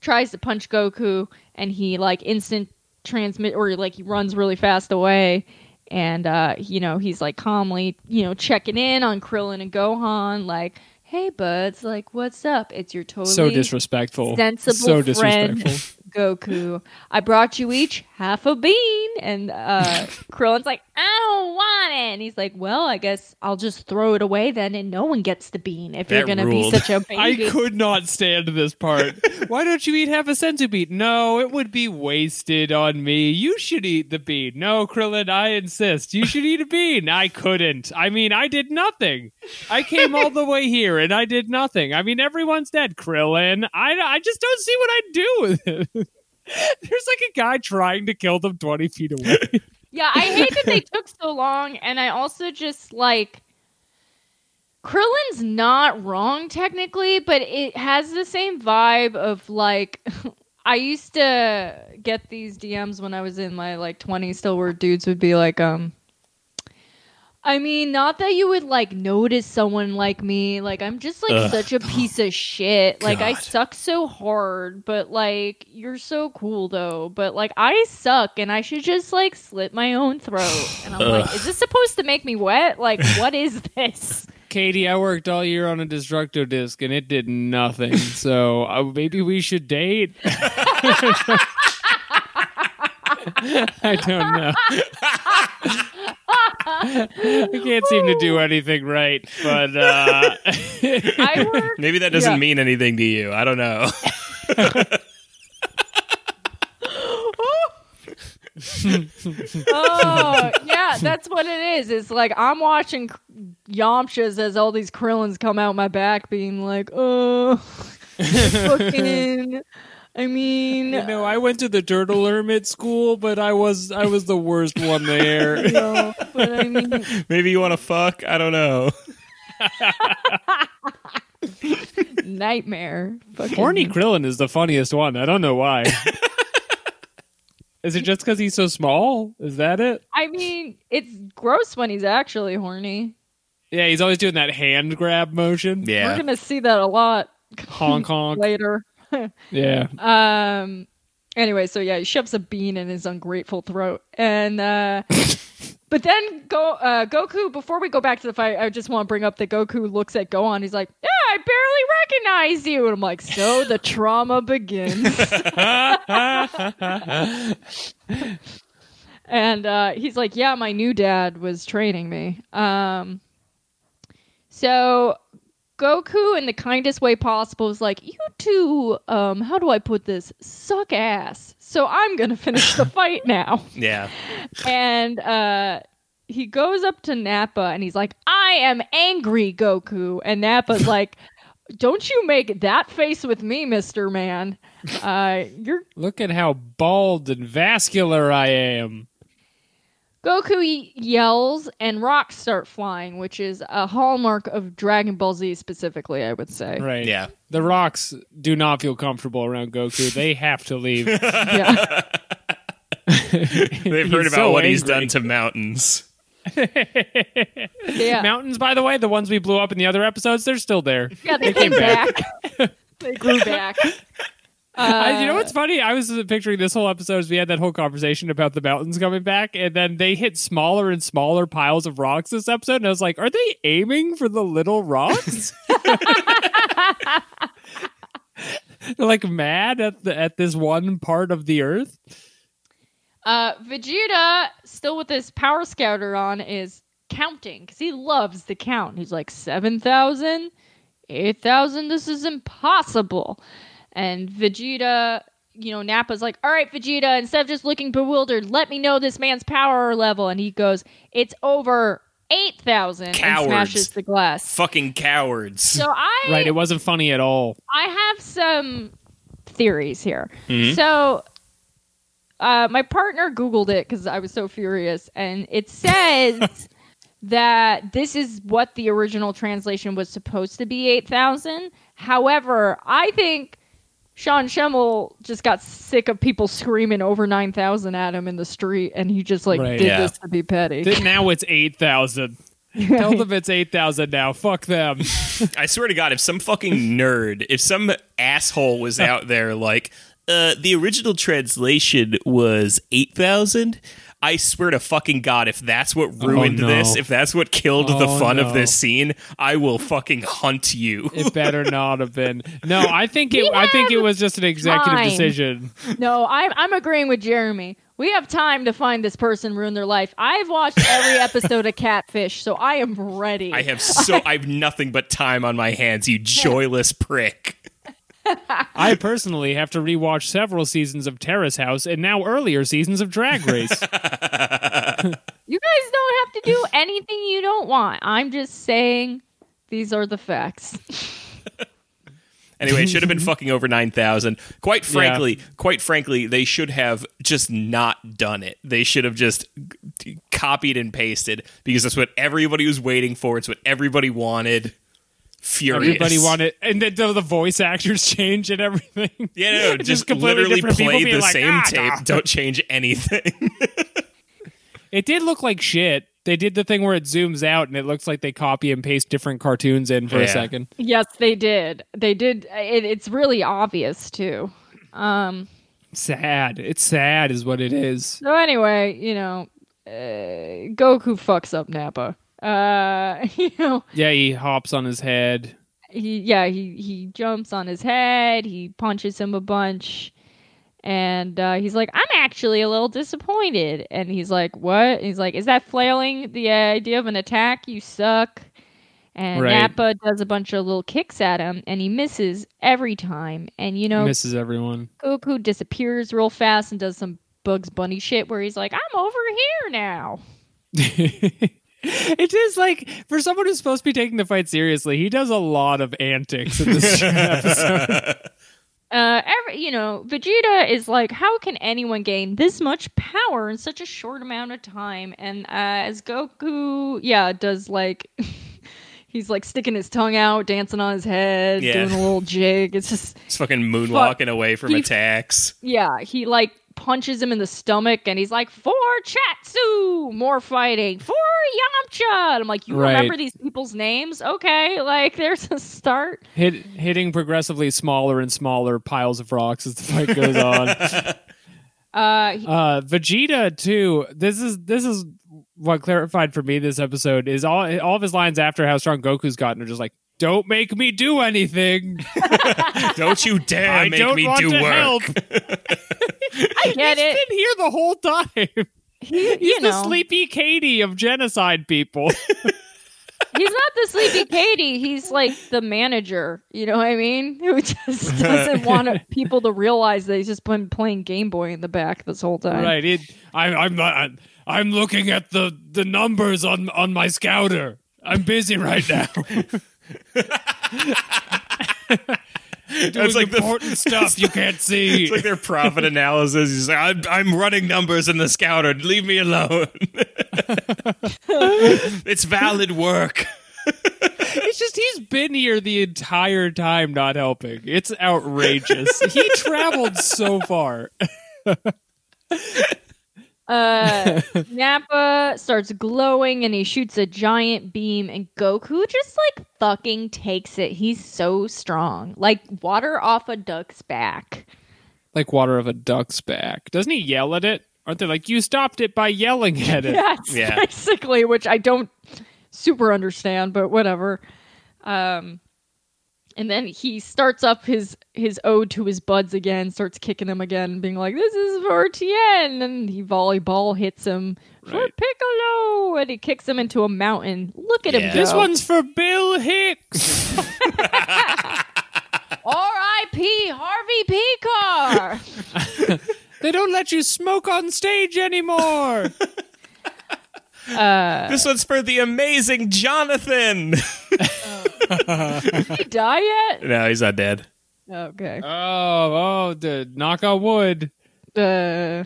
Speaker 5: tries to punch Goku, and he like instant transmit or like he runs really fast away. And uh, you know he's like calmly, you know, checking in on Krillin and Gohan, like, "Hey, buds, like, what's up? It's your totally
Speaker 4: So disrespectful.
Speaker 5: sensible
Speaker 4: so
Speaker 5: friend
Speaker 4: disrespectful.
Speaker 5: Goku. I brought you each half a bean. And uh, Krillin's like, I don't want it. And he's like, Well, I guess I'll just throw it away then, and no one gets the bean if you're
Speaker 3: That
Speaker 5: going to be
Speaker 3: ruled.
Speaker 5: such a
Speaker 4: I
Speaker 5: baby.
Speaker 4: could not stand this part. Why don't you eat half a senzu bean? No, it would be wasted on me. You should eat the bean. No, Krillin, I insist. You should eat a bean. I couldn't. I mean, I did nothing. I came all the way here and I did nothing. I mean, everyone's dead, Krillin. I, I just don't see what I do with it. There's like a guy trying to kill them 20 feet away.
Speaker 5: yeah, I hate that they took so long. And I also just like. Krillin's not wrong technically, but it has the same vibe of like. I used to get these DMs when I was in my like 20s still where dudes would be like um I mean, not that you would like notice someone like me. Like I'm just like
Speaker 3: Ugh.
Speaker 5: such a piece of shit. Like I
Speaker 3: God.
Speaker 5: suck so hard, but like you're so cool though. But like I suck and I should just like slit my own throat. And I'm like, is this supposed to make me wet? Like what is this?
Speaker 4: Katie, I worked all year on a destructo disc and it did nothing. So uh, maybe we should date. I don't know. I can't seem to do anything right, but uh,
Speaker 5: I work
Speaker 3: Maybe that doesn't
Speaker 5: Yeah.
Speaker 3: mean anything to you. I don't know.
Speaker 5: oh yeah, that's what it is. It's like I'm watching K- Yamchas as all these Krillins come out my back, being like, "Oh, fucking." I mean,
Speaker 4: you know, I went to the turtle hermit school, but I was I was the worst one there.
Speaker 5: no, but I mean,
Speaker 3: Maybe you want to fuck. I don't know.
Speaker 5: nightmare. Fucking
Speaker 4: Horny Krillin is the funniest one. I don't know why. is it just because he's so small? Is that it?
Speaker 5: I mean, it's gross when he's actually horny.
Speaker 4: Yeah, he's always doing that hand grab motion.
Speaker 5: We're
Speaker 3: Yeah.
Speaker 5: gonna see that a lot
Speaker 4: Honk honk.
Speaker 5: later.
Speaker 4: Yeah.
Speaker 5: Um. Anyway, so yeah, he shoves a bean in his ungrateful throat, and uh, but then go uh, Goku. Before we go back to the fight, I just want to bring up that Goku looks at Gohan. He's like, "Yeah, I barely recognize you," and I'm like, "So the trauma begins." and uh, he's like, "Yeah, my new dad was training me." Um. So Goku, in the kindest way possible, was like, "You two, um, how do I put this? Suck ass." So I'm gonna finish the fight now.
Speaker 3: Yeah.
Speaker 5: And uh, he goes up to Nappa and he's like, "I am angry, Goku." And Nappa's like, "Don't you make that face with me, Mister Man? Uh, you're
Speaker 4: Look at how bald and vascular I am.
Speaker 5: Goku ye- yells and rocks start flying, which is a hallmark of Dragon Ball Z specifically, I would say.
Speaker 4: Right.
Speaker 3: Yeah.
Speaker 4: The rocks do not feel comfortable around Goku. They have to leave.
Speaker 5: Yeah.
Speaker 3: They've heard
Speaker 4: He's
Speaker 3: about
Speaker 4: so
Speaker 3: what he's
Speaker 4: angry.
Speaker 3: done to mountains.
Speaker 5: yeah.
Speaker 4: Mountains, by the way, the ones we blew up in the other episodes, they're still there.
Speaker 5: Yeah, they, came back. they grew back.
Speaker 4: I, you know what's funny? I was picturing this whole episode as we had that whole conversation about the mountains coming back, and then they hit smaller and smaller piles of rocks this episode, and I was like, are they aiming for the little rocks? They're like mad at the at this one part of the earth.
Speaker 5: Uh, Vegeta, still with his power scouter on, is counting because he loves the count. He's like 7,000, 8,000. This is impossible. And Vegeta, you know, Nappa's like, all right, Vegeta, instead of just looking bewildered, let me know this man's power level. And he goes, it's over. eight thousand and
Speaker 3: Cowards.
Speaker 5: smashes the glass.
Speaker 3: Fucking cowards.
Speaker 5: So I
Speaker 4: Right, it wasn't funny at all.
Speaker 5: I have some theories here.
Speaker 3: Mhm.
Speaker 5: So, uh, my partner Googled it because I was so furious, and it says that this is what the original translation was supposed to be 8,000. However, I think Sean Schemmel just got sick of people screaming over 9,000 at him in the street, and he just like
Speaker 4: Right.
Speaker 5: did
Speaker 3: Yeah.
Speaker 5: this to be petty.
Speaker 4: Th- now it's 8,000. Tell them it's 8,000 now. Fuck them.
Speaker 3: I swear to God, if some fucking nerd, if some asshole was out there like, uh, the original translation was 8,000, I swear to fucking God, if that's what ruined
Speaker 4: Oh, no.
Speaker 3: this, if that's what killed the
Speaker 4: Oh,
Speaker 3: fun
Speaker 4: no.
Speaker 3: of this scene, I will fucking hunt you.
Speaker 4: It better not have been. No, I think it. I think it was just an executive
Speaker 5: time.
Speaker 4: decision.
Speaker 5: No, I'm I'm agreeing with Jeremy. We have time to find this person, ruin their life. I've watched every episode of Catfish, so I am ready.
Speaker 3: I have so, I have nothing but time on my hands, you joyless prick.
Speaker 4: I personally have to rewatch several seasons of Terrace House and now earlier seasons of Drag Race.
Speaker 5: You guys don't have to do anything you don't want. I'm just saying these are the facts.
Speaker 3: Anyway, it should have been fucking over 9,000. Quite frankly, quite frankly, they should have just not done it. They should have just g- copied and pasted because that's what everybody was waiting for. It's what everybody wanted. Furious.
Speaker 4: Everybody wanted, and then the, the voice actors change and everything.
Speaker 3: Yeah, no, just,
Speaker 4: completely
Speaker 3: literally
Speaker 4: different people
Speaker 3: play
Speaker 4: being
Speaker 3: the
Speaker 4: like,
Speaker 3: same
Speaker 4: "Ah,
Speaker 3: tape.
Speaker 4: nah."
Speaker 3: Don't change anything.
Speaker 4: It did look like shit. They did the thing where it zooms out and it looks like they copy and paste different cartoons in for a
Speaker 3: Yeah.
Speaker 4: second.
Speaker 5: yes, they did. They did. It, it's really obvious too. Um.
Speaker 4: Sad. It's sad, is what it is.
Speaker 5: So anyway, you know, uh, Goku fucks up Nappa. Uh, you know,
Speaker 4: Yeah, he hops on his head.
Speaker 5: he yeah he he jumps on his head he punches him a bunch and uh, he's like i'm actually a little disappointed and he's like what and he's like is that flailing the idea of an attack you suck and
Speaker 4: Right.
Speaker 5: nappa does a bunch of little kicks at him and he misses every time and you know
Speaker 4: Misses everyone.
Speaker 5: goku disappears real fast and does some bugs bunny shit where he's like i'm over here now
Speaker 4: it is like for someone who's supposed to be taking the fight seriously, he does a lot of antics in this episode.
Speaker 5: uh, every, you know, Vegeta is like, how can anyone gain this much power in such a short amount of time? And uh, as Goku, yeah, does like, he's like sticking his tongue out, dancing on his head,
Speaker 3: Yeah.
Speaker 5: doing a little jig. It's just,
Speaker 3: It's fucking moonwalking away from
Speaker 5: He-
Speaker 3: attacks.
Speaker 5: yeah, he like punches him in the stomach, and he's like, for Chatsu, more fighting, for Yamcha. And I'm like, you
Speaker 4: Right.
Speaker 5: remember these people's names? Okay, like there's a start.
Speaker 4: Hit, hitting progressively smaller and smaller piles of rocks as the fight goes on.
Speaker 5: Uh, he-
Speaker 4: uh vegeta too this is this is what clarified for me this episode is all all of his lines after how strong goku's gotten are just like don't make me do anything
Speaker 3: Don't you dare
Speaker 4: i
Speaker 3: make
Speaker 4: don't
Speaker 3: me
Speaker 4: want
Speaker 3: do
Speaker 4: to
Speaker 3: work.
Speaker 4: help
Speaker 5: I get
Speaker 4: he's
Speaker 5: it.
Speaker 4: been here the whole time he's
Speaker 5: you
Speaker 4: the
Speaker 5: know.
Speaker 4: sleepy katie of genocide people
Speaker 5: He's not the sleepy Katie. He's like the manager. You know what I mean? Who just doesn't want people to realize that he's just been playing Game Boy in the back this whole time.
Speaker 4: right it, I, i'm not I'm, I'm looking at the the numbers on on my scouter i'm busy right now
Speaker 3: That's
Speaker 4: Doing
Speaker 3: like the
Speaker 4: important stuff you can't see
Speaker 3: It's like their profit analysis. He's like, I'm, I'm running numbers in the scouter. Leave me alone. it's valid work.
Speaker 4: It's just he's been here the entire time not helping. It's outrageous. he traveled so far.
Speaker 5: Uh, Nappa starts glowing and he shoots a giant beam, and Goku just like fucking takes it. He's so strong. Like water off a duck's back.
Speaker 4: Like water of a duck's back. Doesn't he yell at it? Aren't they like, you stopped it by yelling at it?
Speaker 5: Yes,
Speaker 3: Yeah.
Speaker 5: basically, which I don't super understand, but whatever. Um, and then he starts up his his ode to his buds again, starts kicking him again, being like, "This is for Tien," and he volleyball hits him for
Speaker 4: Right.
Speaker 5: Piccolo, and he kicks him into a mountain. Look at
Speaker 3: Yeah.
Speaker 5: him go!
Speaker 4: This one's for Bill Hicks.
Speaker 5: R.I.P. Harvey Picar.
Speaker 4: they don't let you smoke on stage anymore.
Speaker 3: This one's for the amazing Jonathan.
Speaker 5: Did he die yet?
Speaker 3: no, he's not dead.
Speaker 5: Okay.
Speaker 4: Oh, oh, the knock on wood.
Speaker 5: Uh,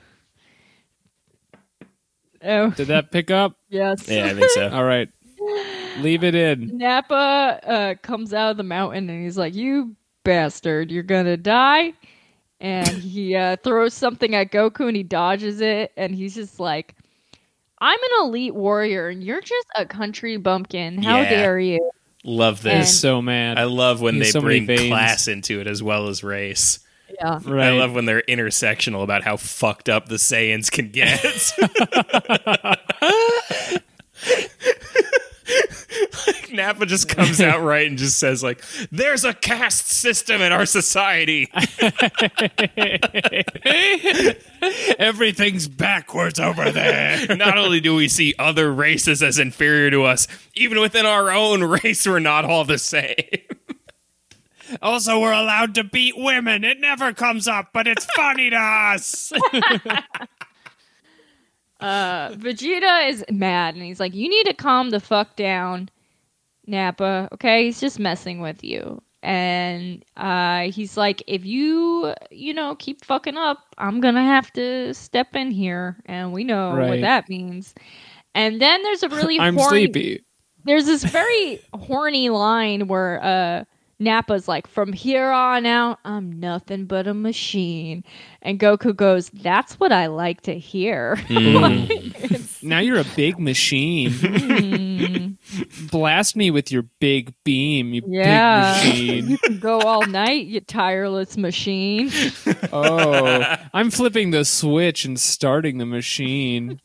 Speaker 5: oh,
Speaker 4: Did that pick up?
Speaker 5: yes.
Speaker 3: Yeah, I think so.
Speaker 4: All right. Leave it in.
Speaker 5: Nappa uh, comes out of the mountain and he's like, "You bastard, you're gonna die!" And he uh, throws something at Goku and he dodges it, and he's just like, "I'm an elite warrior, and you're just a country bumpkin. How
Speaker 3: Yeah.
Speaker 5: dare you?"
Speaker 3: Love this.
Speaker 4: So mad.
Speaker 3: I love when
Speaker 4: He
Speaker 3: they
Speaker 4: has so many
Speaker 3: bring
Speaker 4: veins.
Speaker 3: class into it as well as race.
Speaker 5: Yeah.
Speaker 4: right.
Speaker 3: I love when they're intersectional about how fucked up the Saiyans can get. like Nappa just comes out right and just says like, "There's a caste system in our society."
Speaker 4: Everything's backwards over there.
Speaker 3: not only do we see other races as inferior to us, even within our own race, we're not all the same.
Speaker 4: also, we're allowed to beat women. It never comes up, but it's funny to us.
Speaker 5: Uh, Vegeta is mad and he's like, "You need to calm the fuck down, Nappa. Okay, he's just messing with you." And uh, he's like, "If you, you know, keep fucking up, I'm gonna have to step in here, and we know what
Speaker 4: Right.
Speaker 5: that means." And then there's a really
Speaker 4: I'm
Speaker 5: horny,
Speaker 4: sleepy.
Speaker 5: There's this very horny line where uh, Nappa's like, "From here on out, I'm nothing but a machine," and Goku goes, "That's what I like to hear."
Speaker 4: Now you're a big machine. Blast me with your big beam, you
Speaker 5: Mm-hmm. Yeah.
Speaker 4: big machine.
Speaker 5: you can go all night, you tireless machine.
Speaker 4: Oh, I'm flipping the switch and starting the machine.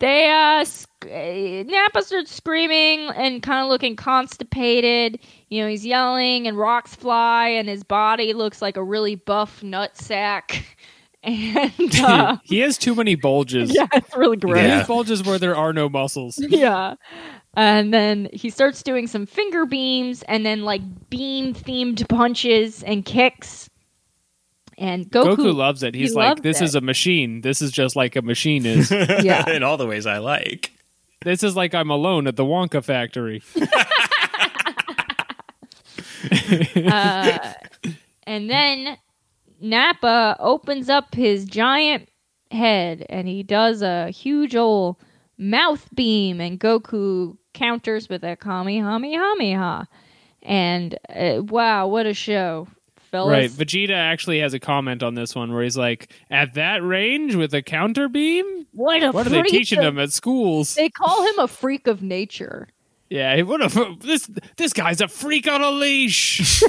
Speaker 5: They uh, sc- uh, Nappa starts screaming and kind of looking constipated. You know, he's yelling and rocks fly, and his body looks like a really buff nut sack. And uh,
Speaker 4: he has too many bulges.
Speaker 5: yeah, it's really gross.
Speaker 3: Yeah.
Speaker 4: These bulges where there are no muscles.
Speaker 5: yeah. And then he starts doing some finger beams and then like beam themed punches and kicks. And Goku,
Speaker 4: Goku, loves it. He's
Speaker 5: he
Speaker 4: like,
Speaker 5: loves
Speaker 4: this
Speaker 5: it."
Speaker 4: is a machine. This is just like a machine is.
Speaker 5: Yeah.
Speaker 3: in all the ways I like.
Speaker 4: this is like I'm alone at the Wonka factory.
Speaker 5: Uh, and then Nappa opens up his giant head and he does a huge ol' mouth beam, and Goku counters with a Kamehameha. And uh, wow, what a show, fellas.
Speaker 4: Right. Vegeta actually has a comment on this one where he's like, at that range with a counter beam?
Speaker 5: what a
Speaker 4: What are they
Speaker 5: freak
Speaker 4: teaching
Speaker 5: of-
Speaker 4: them at schools?
Speaker 5: They call him a freak of nature.
Speaker 4: Yeah, he- what a this this guy's a freak on a leash.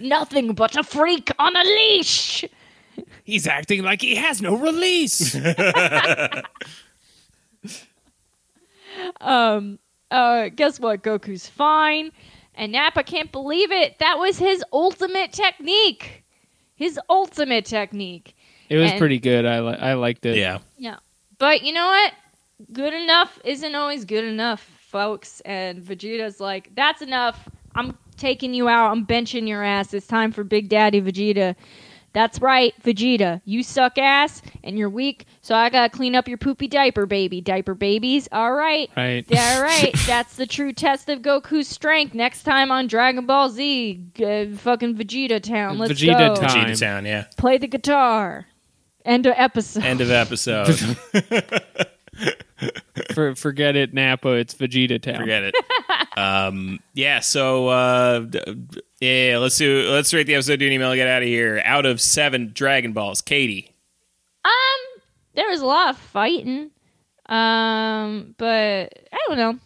Speaker 5: Nothing but a freak on a leash.
Speaker 4: he's acting like he has no release.
Speaker 5: um uh guess what goku's fine and nappa can't believe it that was his ultimate technique his ultimate technique
Speaker 4: it was
Speaker 5: And-
Speaker 4: pretty good. I li- I liked it.
Speaker 3: Yeah.
Speaker 5: but you know what good enough isn't always good enough folks and vegeta's like that's enough i'm taking you out i'm benching your ass it's time for big daddy vegeta that's right vegeta you suck ass and you're weak so i gotta clean up your poopy diaper baby diaper babies all right
Speaker 4: Right.
Speaker 5: yeah, right. That's the true test of Goku's strength. Next time on Dragon Ball Z, uh, fucking Vegeta Town. Let's
Speaker 4: Vegeta
Speaker 5: go.
Speaker 4: Town.
Speaker 3: Vegeta
Speaker 4: Time.
Speaker 3: Town, yeah.
Speaker 5: Play the guitar. End of episode.
Speaker 3: End of episode.
Speaker 4: For, forget it, Nappa. It's Vegeta Town.
Speaker 3: Forget it. um, yeah. So uh, d- d- yeah, let's do. Let's rate the episode. Do an email. Get out of here. Out of seven Dragon Balls, Katie.
Speaker 5: um, there was a lot of fighting. Um, but I don't know. I'm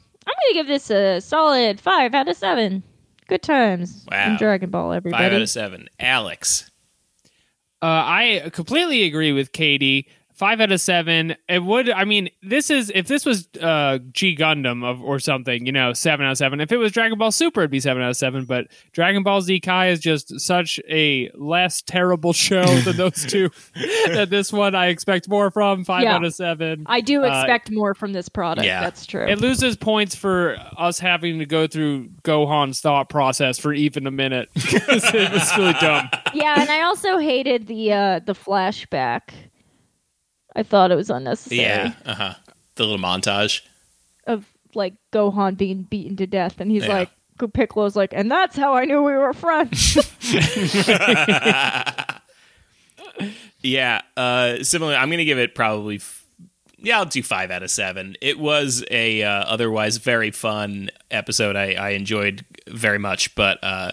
Speaker 5: gonna give this a solid five out of seven. Good times
Speaker 3: Wow.
Speaker 5: in Dragon Ball,
Speaker 3: Five
Speaker 5: everybody.
Speaker 3: out of seven. Alex.
Speaker 4: Uh, I completely agree with Katie. Five out of seven. It would. I mean, this is if this was uh, G Gundam of, or something. You know, seven out of seven. If it was Dragon Ball Super, it'd be seven out of seven. But Dragon Ball Z Kai is just such a less terrible show than those two. that this one I expect more from. Five
Speaker 5: Yeah.
Speaker 4: out of seven.
Speaker 5: I do
Speaker 4: Uh,
Speaker 5: expect more from this product.
Speaker 3: yeah.
Speaker 5: That's true.
Speaker 4: It loses points for us having to go through Gohan's thought process for even a minute. it was really dumb.
Speaker 5: yeah, and I also hated the uh the flashback. I thought it was unnecessary.
Speaker 3: Yeah. Uh huh. the little montage.
Speaker 5: of like Gohan being beaten to death, and he's
Speaker 3: Yeah.
Speaker 5: like, Piccolo's like, and that's how I knew we were friends.
Speaker 3: Yeah. Uh, similar. I'm going to give it probably. F- yeah, I'll do five out of seven. It was a uh, otherwise very fun episode. I, I enjoyed very much, but uh,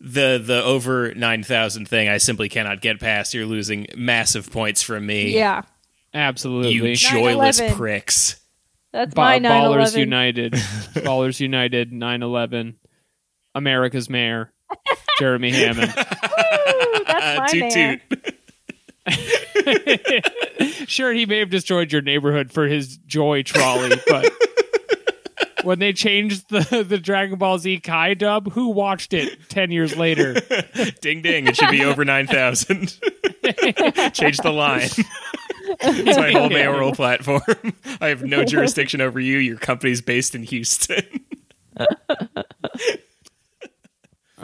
Speaker 3: the the over nine thousand thing, I simply cannot get past. You're losing massive points from me.
Speaker 5: yeah,
Speaker 4: Absolutely.
Speaker 3: you joyless
Speaker 5: 9/11.
Speaker 3: pricks.
Speaker 5: that's
Speaker 4: Ba-
Speaker 5: my nine
Speaker 4: Ballers
Speaker 5: eleven.
Speaker 4: United. Ballers United, 9 11. America's Mayor, Jeremy Hammond.
Speaker 3: Uh,
Speaker 5: That's my
Speaker 3: toot
Speaker 5: man.
Speaker 3: toot.
Speaker 4: sure, he may have destroyed your neighborhood for his joy trolley, but. When they changed the, the Dragon Ball Z Kai dub, who watched it 10 years later?
Speaker 3: Ding ding. It should be over nine thousand. Change the line. it's my whole mayoral platform. I have no jurisdiction over you. Your company's based in Houston.
Speaker 4: Oh,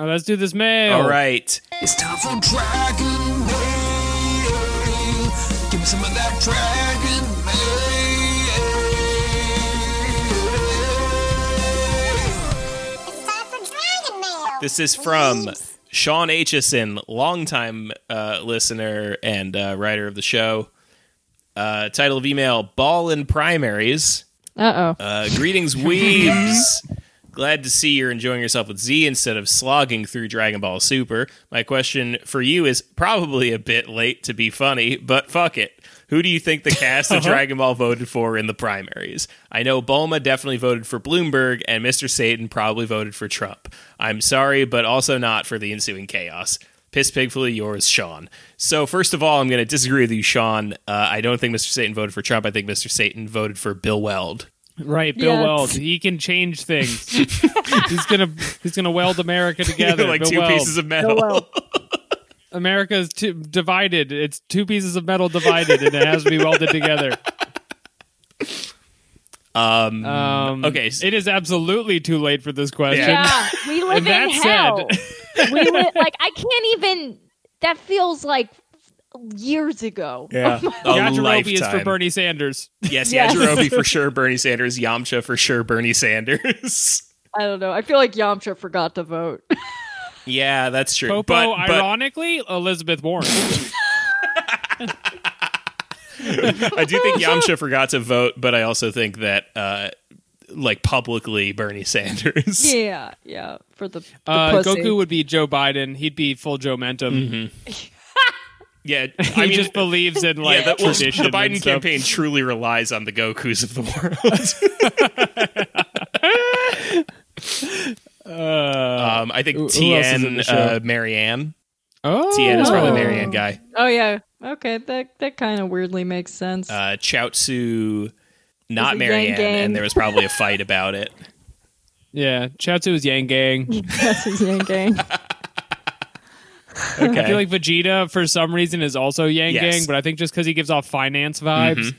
Speaker 4: let's do this mail.
Speaker 3: All right.
Speaker 1: It's time for Dragon Mail. Give me some of that Dragon Mail.
Speaker 6: It's time for Dragon Mail.
Speaker 3: This is from Sean Aitchison, longtime uh, listener and uh, writer of the show. Uh, title of email Ball in Primaries.
Speaker 5: Uh oh.
Speaker 3: Uh, greetings, Weebs. Glad to see you're enjoying yourself with Z instead of slogging through Dragon Ball Super. My question for you is probably a bit late to be funny, but fuck it. Who do you think the cast of Dragon Ball voted for in the primaries? I know Bulma definitely voted for Bloomberg, and Mr. Satan probably voted for Trump. I'm sorry, but also not for the ensuing chaos. Piss pigfully yours, Sean. So, first of all, I'm going to disagree with you, Sean. Uh, I don't think Mr. Satan voted for Trump. I think Mr. Satan voted for Bill Weld.
Speaker 4: Right, Bill
Speaker 5: Yes.
Speaker 4: Weld. He can change things. he's gonna he's gonna weld America together.
Speaker 3: like
Speaker 4: Bill
Speaker 3: two
Speaker 4: Weld.
Speaker 3: pieces of metal.
Speaker 4: America is two, divided. It's two pieces of metal divided, and it has to be welded together.
Speaker 3: Um,
Speaker 4: Um,
Speaker 3: Okay, s-
Speaker 4: it is absolutely too late for this question.
Speaker 3: Yeah.
Speaker 5: Yeah, we live
Speaker 4: And
Speaker 5: in
Speaker 4: that
Speaker 5: hell. we li- like I can't even. That feels like years ago.
Speaker 3: yeah,
Speaker 4: Yajirobe is for Bernie Sanders.
Speaker 3: Yes,
Speaker 5: Yes.
Speaker 3: Yajirobe for sure. Bernie Sanders, Yamcha for sure. Bernie Sanders.
Speaker 5: I don't know. I feel like Yamcha forgot to vote.
Speaker 3: yeah, that's true.
Speaker 4: Popo,
Speaker 3: but but
Speaker 4: ironically, Elizabeth Warren.
Speaker 3: I do think Yamcha forgot to vote. But I also think that uh, like publicly, Bernie Sanders.
Speaker 5: yeah, yeah. For the, the
Speaker 4: Uh,
Speaker 5: pussy.
Speaker 4: Goku would be Joe Biden. He'd be full Joe Mentum.
Speaker 3: Yeah,
Speaker 4: He
Speaker 3: Mm-hmm. I mean.
Speaker 4: just believes in like
Speaker 3: yeah, that, well, the
Speaker 4: tradition. and
Speaker 3: Biden
Speaker 4: stuff.
Speaker 3: campaign truly relies on the Gokus of the world. um, I
Speaker 4: who-
Speaker 3: think
Speaker 4: who else is in
Speaker 3: Tien,
Speaker 4: the show?
Speaker 3: uh, Marianne.
Speaker 4: Oh,
Speaker 3: Tien is probably
Speaker 5: Oh.
Speaker 3: Marianne guy.
Speaker 5: Oh yeah. Okay, that that kind of weirdly makes sense.
Speaker 3: uh, Chaozu,
Speaker 5: It
Speaker 3: not
Speaker 5: was a Yang
Speaker 3: Marianne,
Speaker 5: Gang.
Speaker 3: and there was probably a fight about it.
Speaker 4: Yeah, Chaozu is Yang Gang.
Speaker 5: That's his name gang.
Speaker 3: Okay.
Speaker 4: I feel like Vegeta, for some reason, is also Yang
Speaker 3: Yes. Mm-hmm.
Speaker 4: Gang, but I think just because he gives off finance vibes.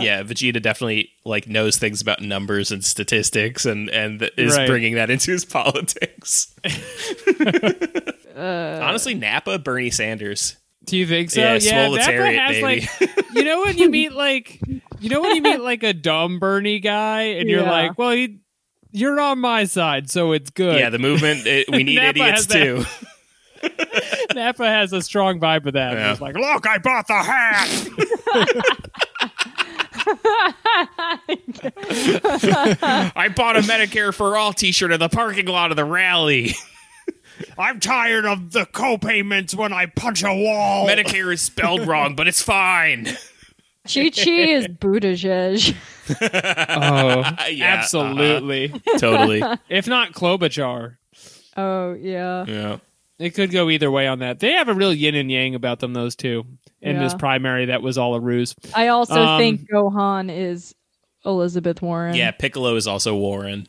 Speaker 3: yeah, Vegeta definitely like knows things about numbers and statistics, and and th- is
Speaker 4: Right.
Speaker 3: bringing that into his politics.
Speaker 5: Uh,
Speaker 3: Honestly, Napa, Bernie Sanders.
Speaker 4: Do you think so?
Speaker 3: Yeah,
Speaker 4: Nappa
Speaker 3: Swolitarian,
Speaker 4: has
Speaker 3: baby.
Speaker 4: like, you know when you meet like, you know when you meet like a dumb Bernie guy, and you're
Speaker 5: Yeah.
Speaker 4: like, well, he, you're on my side, so it's good.
Speaker 3: Yeah, the movement. It, we need
Speaker 4: Nappa
Speaker 3: idiots
Speaker 4: has that.
Speaker 3: too.
Speaker 4: Nappa has a strong vibe of that.
Speaker 3: Yeah.
Speaker 4: It's like,
Speaker 2: Look, I bought the hat.
Speaker 3: I bought a Medicare for All T-shirt at the parking lot of the rally.
Speaker 2: I'm tired of the co-payments when I punch a wall.
Speaker 3: Medicare is spelled wrong, but it's fine.
Speaker 5: Chi Chi is Buttigieg.
Speaker 4: oh,
Speaker 3: Yeah, uh-huh.
Speaker 4: absolutely.
Speaker 3: Totally.
Speaker 4: If not Klobuchar,
Speaker 5: Oh yeah.
Speaker 3: Yeah.
Speaker 4: it could go either way on that. They have a real yin and yang about them, those two. In this
Speaker 5: Yeah.
Speaker 4: primary, that was all a ruse.
Speaker 5: I also
Speaker 4: Um,
Speaker 5: think Gohan is Elizabeth Warren.
Speaker 3: Yeah. Piccolo is also Warren.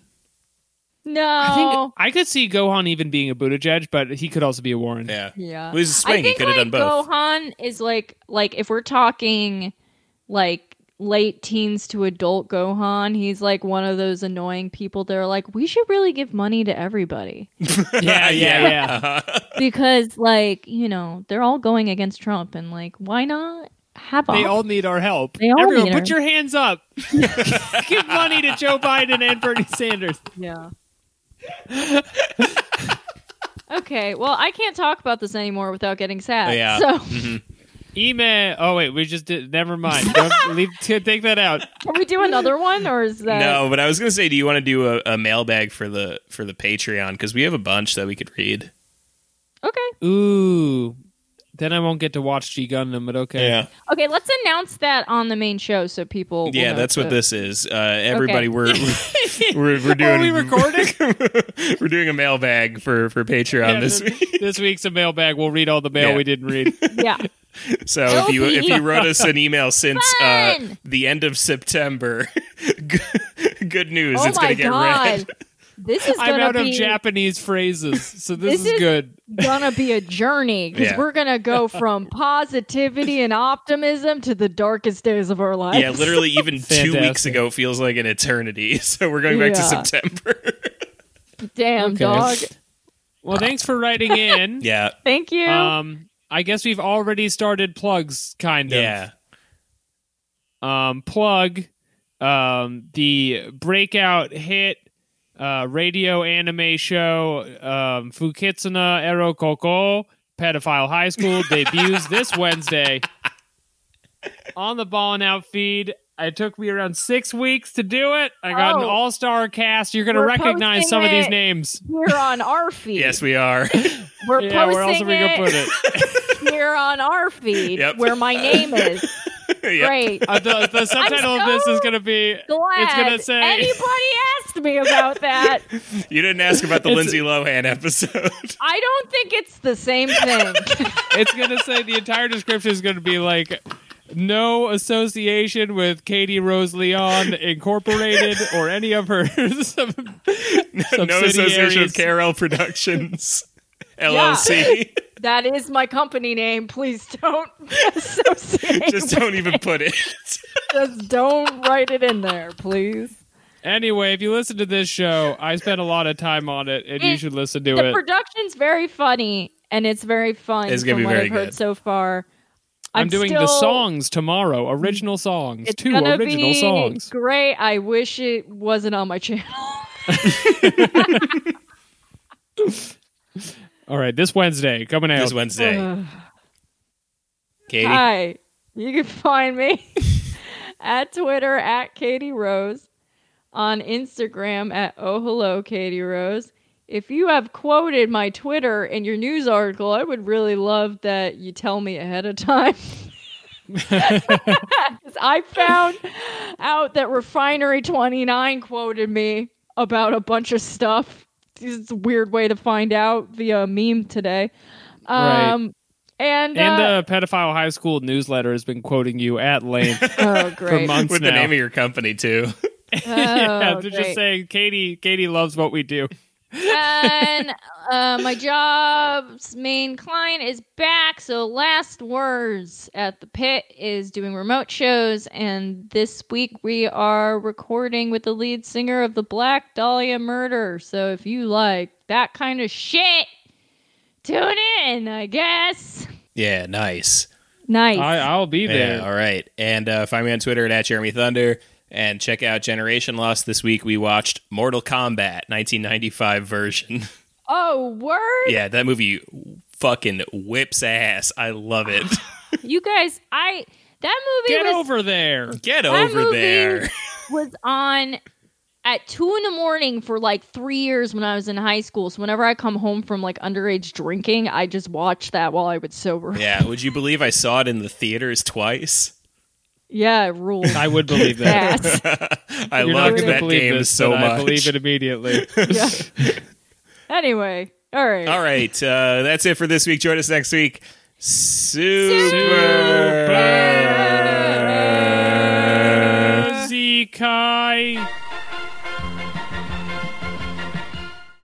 Speaker 5: No.
Speaker 4: I think
Speaker 5: Oh.
Speaker 4: I could see Gohan even being a Buttigieg, but he could also be a Warren.
Speaker 3: Yeah.
Speaker 5: yeah.
Speaker 3: It was a swing.
Speaker 5: I
Speaker 3: He
Speaker 5: think
Speaker 3: could have done
Speaker 5: like
Speaker 3: both.
Speaker 5: Gohan is like like if we're talking like late teens to adult Gohan, he's like one of those annoying people that are like, we should really give money to everybody.
Speaker 4: yeah, yeah. yeah.
Speaker 3: Uh-huh.
Speaker 5: because like, you know, they're all going against Trump and like, why not? have
Speaker 4: They
Speaker 5: all.
Speaker 4: all need our help.
Speaker 5: They all
Speaker 4: Everyone,
Speaker 5: need
Speaker 4: put
Speaker 5: our-
Speaker 4: your hands up. Give money to Joe Biden and Bernie Sanders.
Speaker 5: Yeah. okay. Well, I can't talk about this anymore without getting sad.
Speaker 3: Yeah.
Speaker 5: So
Speaker 4: Email. Oh wait, we just did. Never mind. Don't leave. t- Take that out.
Speaker 5: can we do another one, or is that
Speaker 3: no, but I was gonna say, do you want to do a, a mailbag for the for the Patreon? Because we have a bunch that we could read.
Speaker 5: okay?
Speaker 4: Ooh. Then I won't get to watch G Gundam, but okay.
Speaker 5: Okay, let's announce that on the main show so people. will
Speaker 3: yeah,
Speaker 5: know
Speaker 3: that's what
Speaker 5: to-
Speaker 3: this is. Uh, everybody, we're we're, we're doing
Speaker 4: Are we recording?
Speaker 3: we're doing a mailbag for for Patreon
Speaker 4: Yeah,
Speaker 3: this week.
Speaker 4: this week's a mailbag. We'll read all the mail
Speaker 3: Yeah.
Speaker 4: we didn't read.
Speaker 5: Yeah.
Speaker 3: So if you if you wrote us an email since uh,
Speaker 5: Fun!
Speaker 3: the end of September, good, good news,
Speaker 5: oh
Speaker 3: it's gonna
Speaker 5: my
Speaker 3: get
Speaker 5: god.
Speaker 3: read.
Speaker 5: This is
Speaker 4: I'm
Speaker 5: gonna
Speaker 4: out
Speaker 5: be
Speaker 4: of Japanese phrases, so this,
Speaker 5: This
Speaker 4: is,
Speaker 5: is-
Speaker 4: good.
Speaker 5: gonna be a journey because
Speaker 3: Yeah.
Speaker 5: we're gonna go from positivity and optimism to the darkest days of our lives.
Speaker 3: Yeah, literally, even two weeks
Speaker 4: Fantastic.
Speaker 3: ago feels like an eternity. So we're going back to
Speaker 5: Yeah.
Speaker 3: September.
Speaker 5: Damn
Speaker 4: Okay.
Speaker 5: dog.
Speaker 4: Well, thanks for writing in.
Speaker 3: yeah,
Speaker 5: Thank you.
Speaker 4: Um, I guess we've already started plugs, kind of.
Speaker 3: yeah.
Speaker 4: um, plug um, the breakout hit uh, radio anime show um, Fukitsuna Ero Koko Pedophile High School debuts this Wednesday on the Ball and Out feed. It took me around six weeks to do it. I got an
Speaker 5: Oh.
Speaker 4: all star cast. You're going to
Speaker 5: We're
Speaker 4: recognize
Speaker 5: posting
Speaker 4: some of these
Speaker 5: it.
Speaker 4: names.
Speaker 5: We're on our feed.
Speaker 3: Yes, we are.
Speaker 5: We're
Speaker 4: yeah,
Speaker 5: posting
Speaker 4: where else are we
Speaker 5: it,
Speaker 4: going to put it?
Speaker 5: here on our feed
Speaker 3: Yep.
Speaker 5: where my name is.
Speaker 3: Yeah.
Speaker 5: Great.
Speaker 4: Uh, the, the subtitle of this
Speaker 5: so
Speaker 4: is going to be.
Speaker 5: Glad
Speaker 4: It's going to say.
Speaker 5: anybody asked me about that.
Speaker 3: You didn't ask about the
Speaker 4: It's-
Speaker 3: Lindsay Lohan episode.
Speaker 5: I don't think it's the same thing.
Speaker 4: it's gonna say the entire description is gonna be like no association with Katie Rose Leon Incorporated or any of her sub-
Speaker 3: no association with
Speaker 4: subsidiaries.
Speaker 3: KRL Productions LLC.
Speaker 5: That is my company name. Please don't associate.
Speaker 3: Just don't even put it.
Speaker 5: Just don't write it in there, please.
Speaker 4: Anyway, if you listen to this show, I spent a lot of time on it, and you
Speaker 5: It-
Speaker 4: should listen to
Speaker 5: The
Speaker 4: it.
Speaker 5: production's very funny and it's very fun
Speaker 3: It's gonna
Speaker 5: from
Speaker 3: be
Speaker 5: what
Speaker 3: very
Speaker 5: I've heard
Speaker 3: good.
Speaker 5: so far.
Speaker 4: I'm, doing the
Speaker 5: still-
Speaker 4: songs tomorrow, original songs,
Speaker 5: It's
Speaker 4: two
Speaker 5: gonna
Speaker 4: original
Speaker 5: be
Speaker 4: songs.
Speaker 5: Great. I wish it wasn't on my channel.
Speaker 4: All right, this Wednesday coming out.
Speaker 3: This Wednesday,
Speaker 5: Ugh.
Speaker 3: Katie.
Speaker 5: Oh. Uh-huh. Hi. You can find me at Twitter at Katie Rose, on Instagram at Oh Hello Katie Rose. If you have quoted my Twitter in your news article, I would really love that you tell me ahead of time. 'Cause I found out that Refinery29 quoted me about a bunch of stuff. It's a weird way to find out via a meme today.
Speaker 4: Right.
Speaker 5: Um, And,
Speaker 4: and
Speaker 5: uh,
Speaker 4: the pedophile high school newsletter has been quoting you at length
Speaker 5: Oh,
Speaker 4: for
Speaker 5: great.
Speaker 4: months
Speaker 3: with
Speaker 4: now.
Speaker 3: the name of your company too.
Speaker 5: Oh,
Speaker 4: yeah, they're
Speaker 5: great.
Speaker 4: just saying Katie. Katie loves what we do.
Speaker 5: and uh, my job's main client is back. So, last words at the pit is doing remote shows. And this week we are recording with the lead singer of the Black Dahlia murder. So, if you like that kind of shit, tune in, I guess.
Speaker 3: Yeah, nice.
Speaker 5: Nice.
Speaker 4: I, I'll be there.
Speaker 3: Yeah, all right. And uh, find me on Twitter at Jeremy Thunder. And check out Generation Lost this week. We watched Mortal Kombat 1995 version.
Speaker 5: oh, word.
Speaker 3: yeah, that movie fucking whips ass. I love it.
Speaker 5: You guys, I. That movie
Speaker 4: Get
Speaker 5: was
Speaker 4: over there.
Speaker 3: Get
Speaker 5: That
Speaker 3: over
Speaker 5: movie-
Speaker 3: there.
Speaker 5: was on at two in the morning for like three years when I was in high school. So whenever I come home from like underage drinking, I just watched that while I was sober. Yeah,
Speaker 3: Yeah, would you believe I saw it in the theaters twice?
Speaker 5: it ruled.
Speaker 4: I would believe that.
Speaker 5: Ass.
Speaker 3: I
Speaker 4: You're not
Speaker 3: loved
Speaker 4: gonna
Speaker 3: that
Speaker 4: believe
Speaker 3: game
Speaker 4: this,
Speaker 3: so
Speaker 4: but
Speaker 3: much.
Speaker 4: I believe it immediately.
Speaker 5: Yeah. Anyway, all right.
Speaker 3: All right, uh, that's it for this week. Join us next week. Super.
Speaker 4: Super Zekai.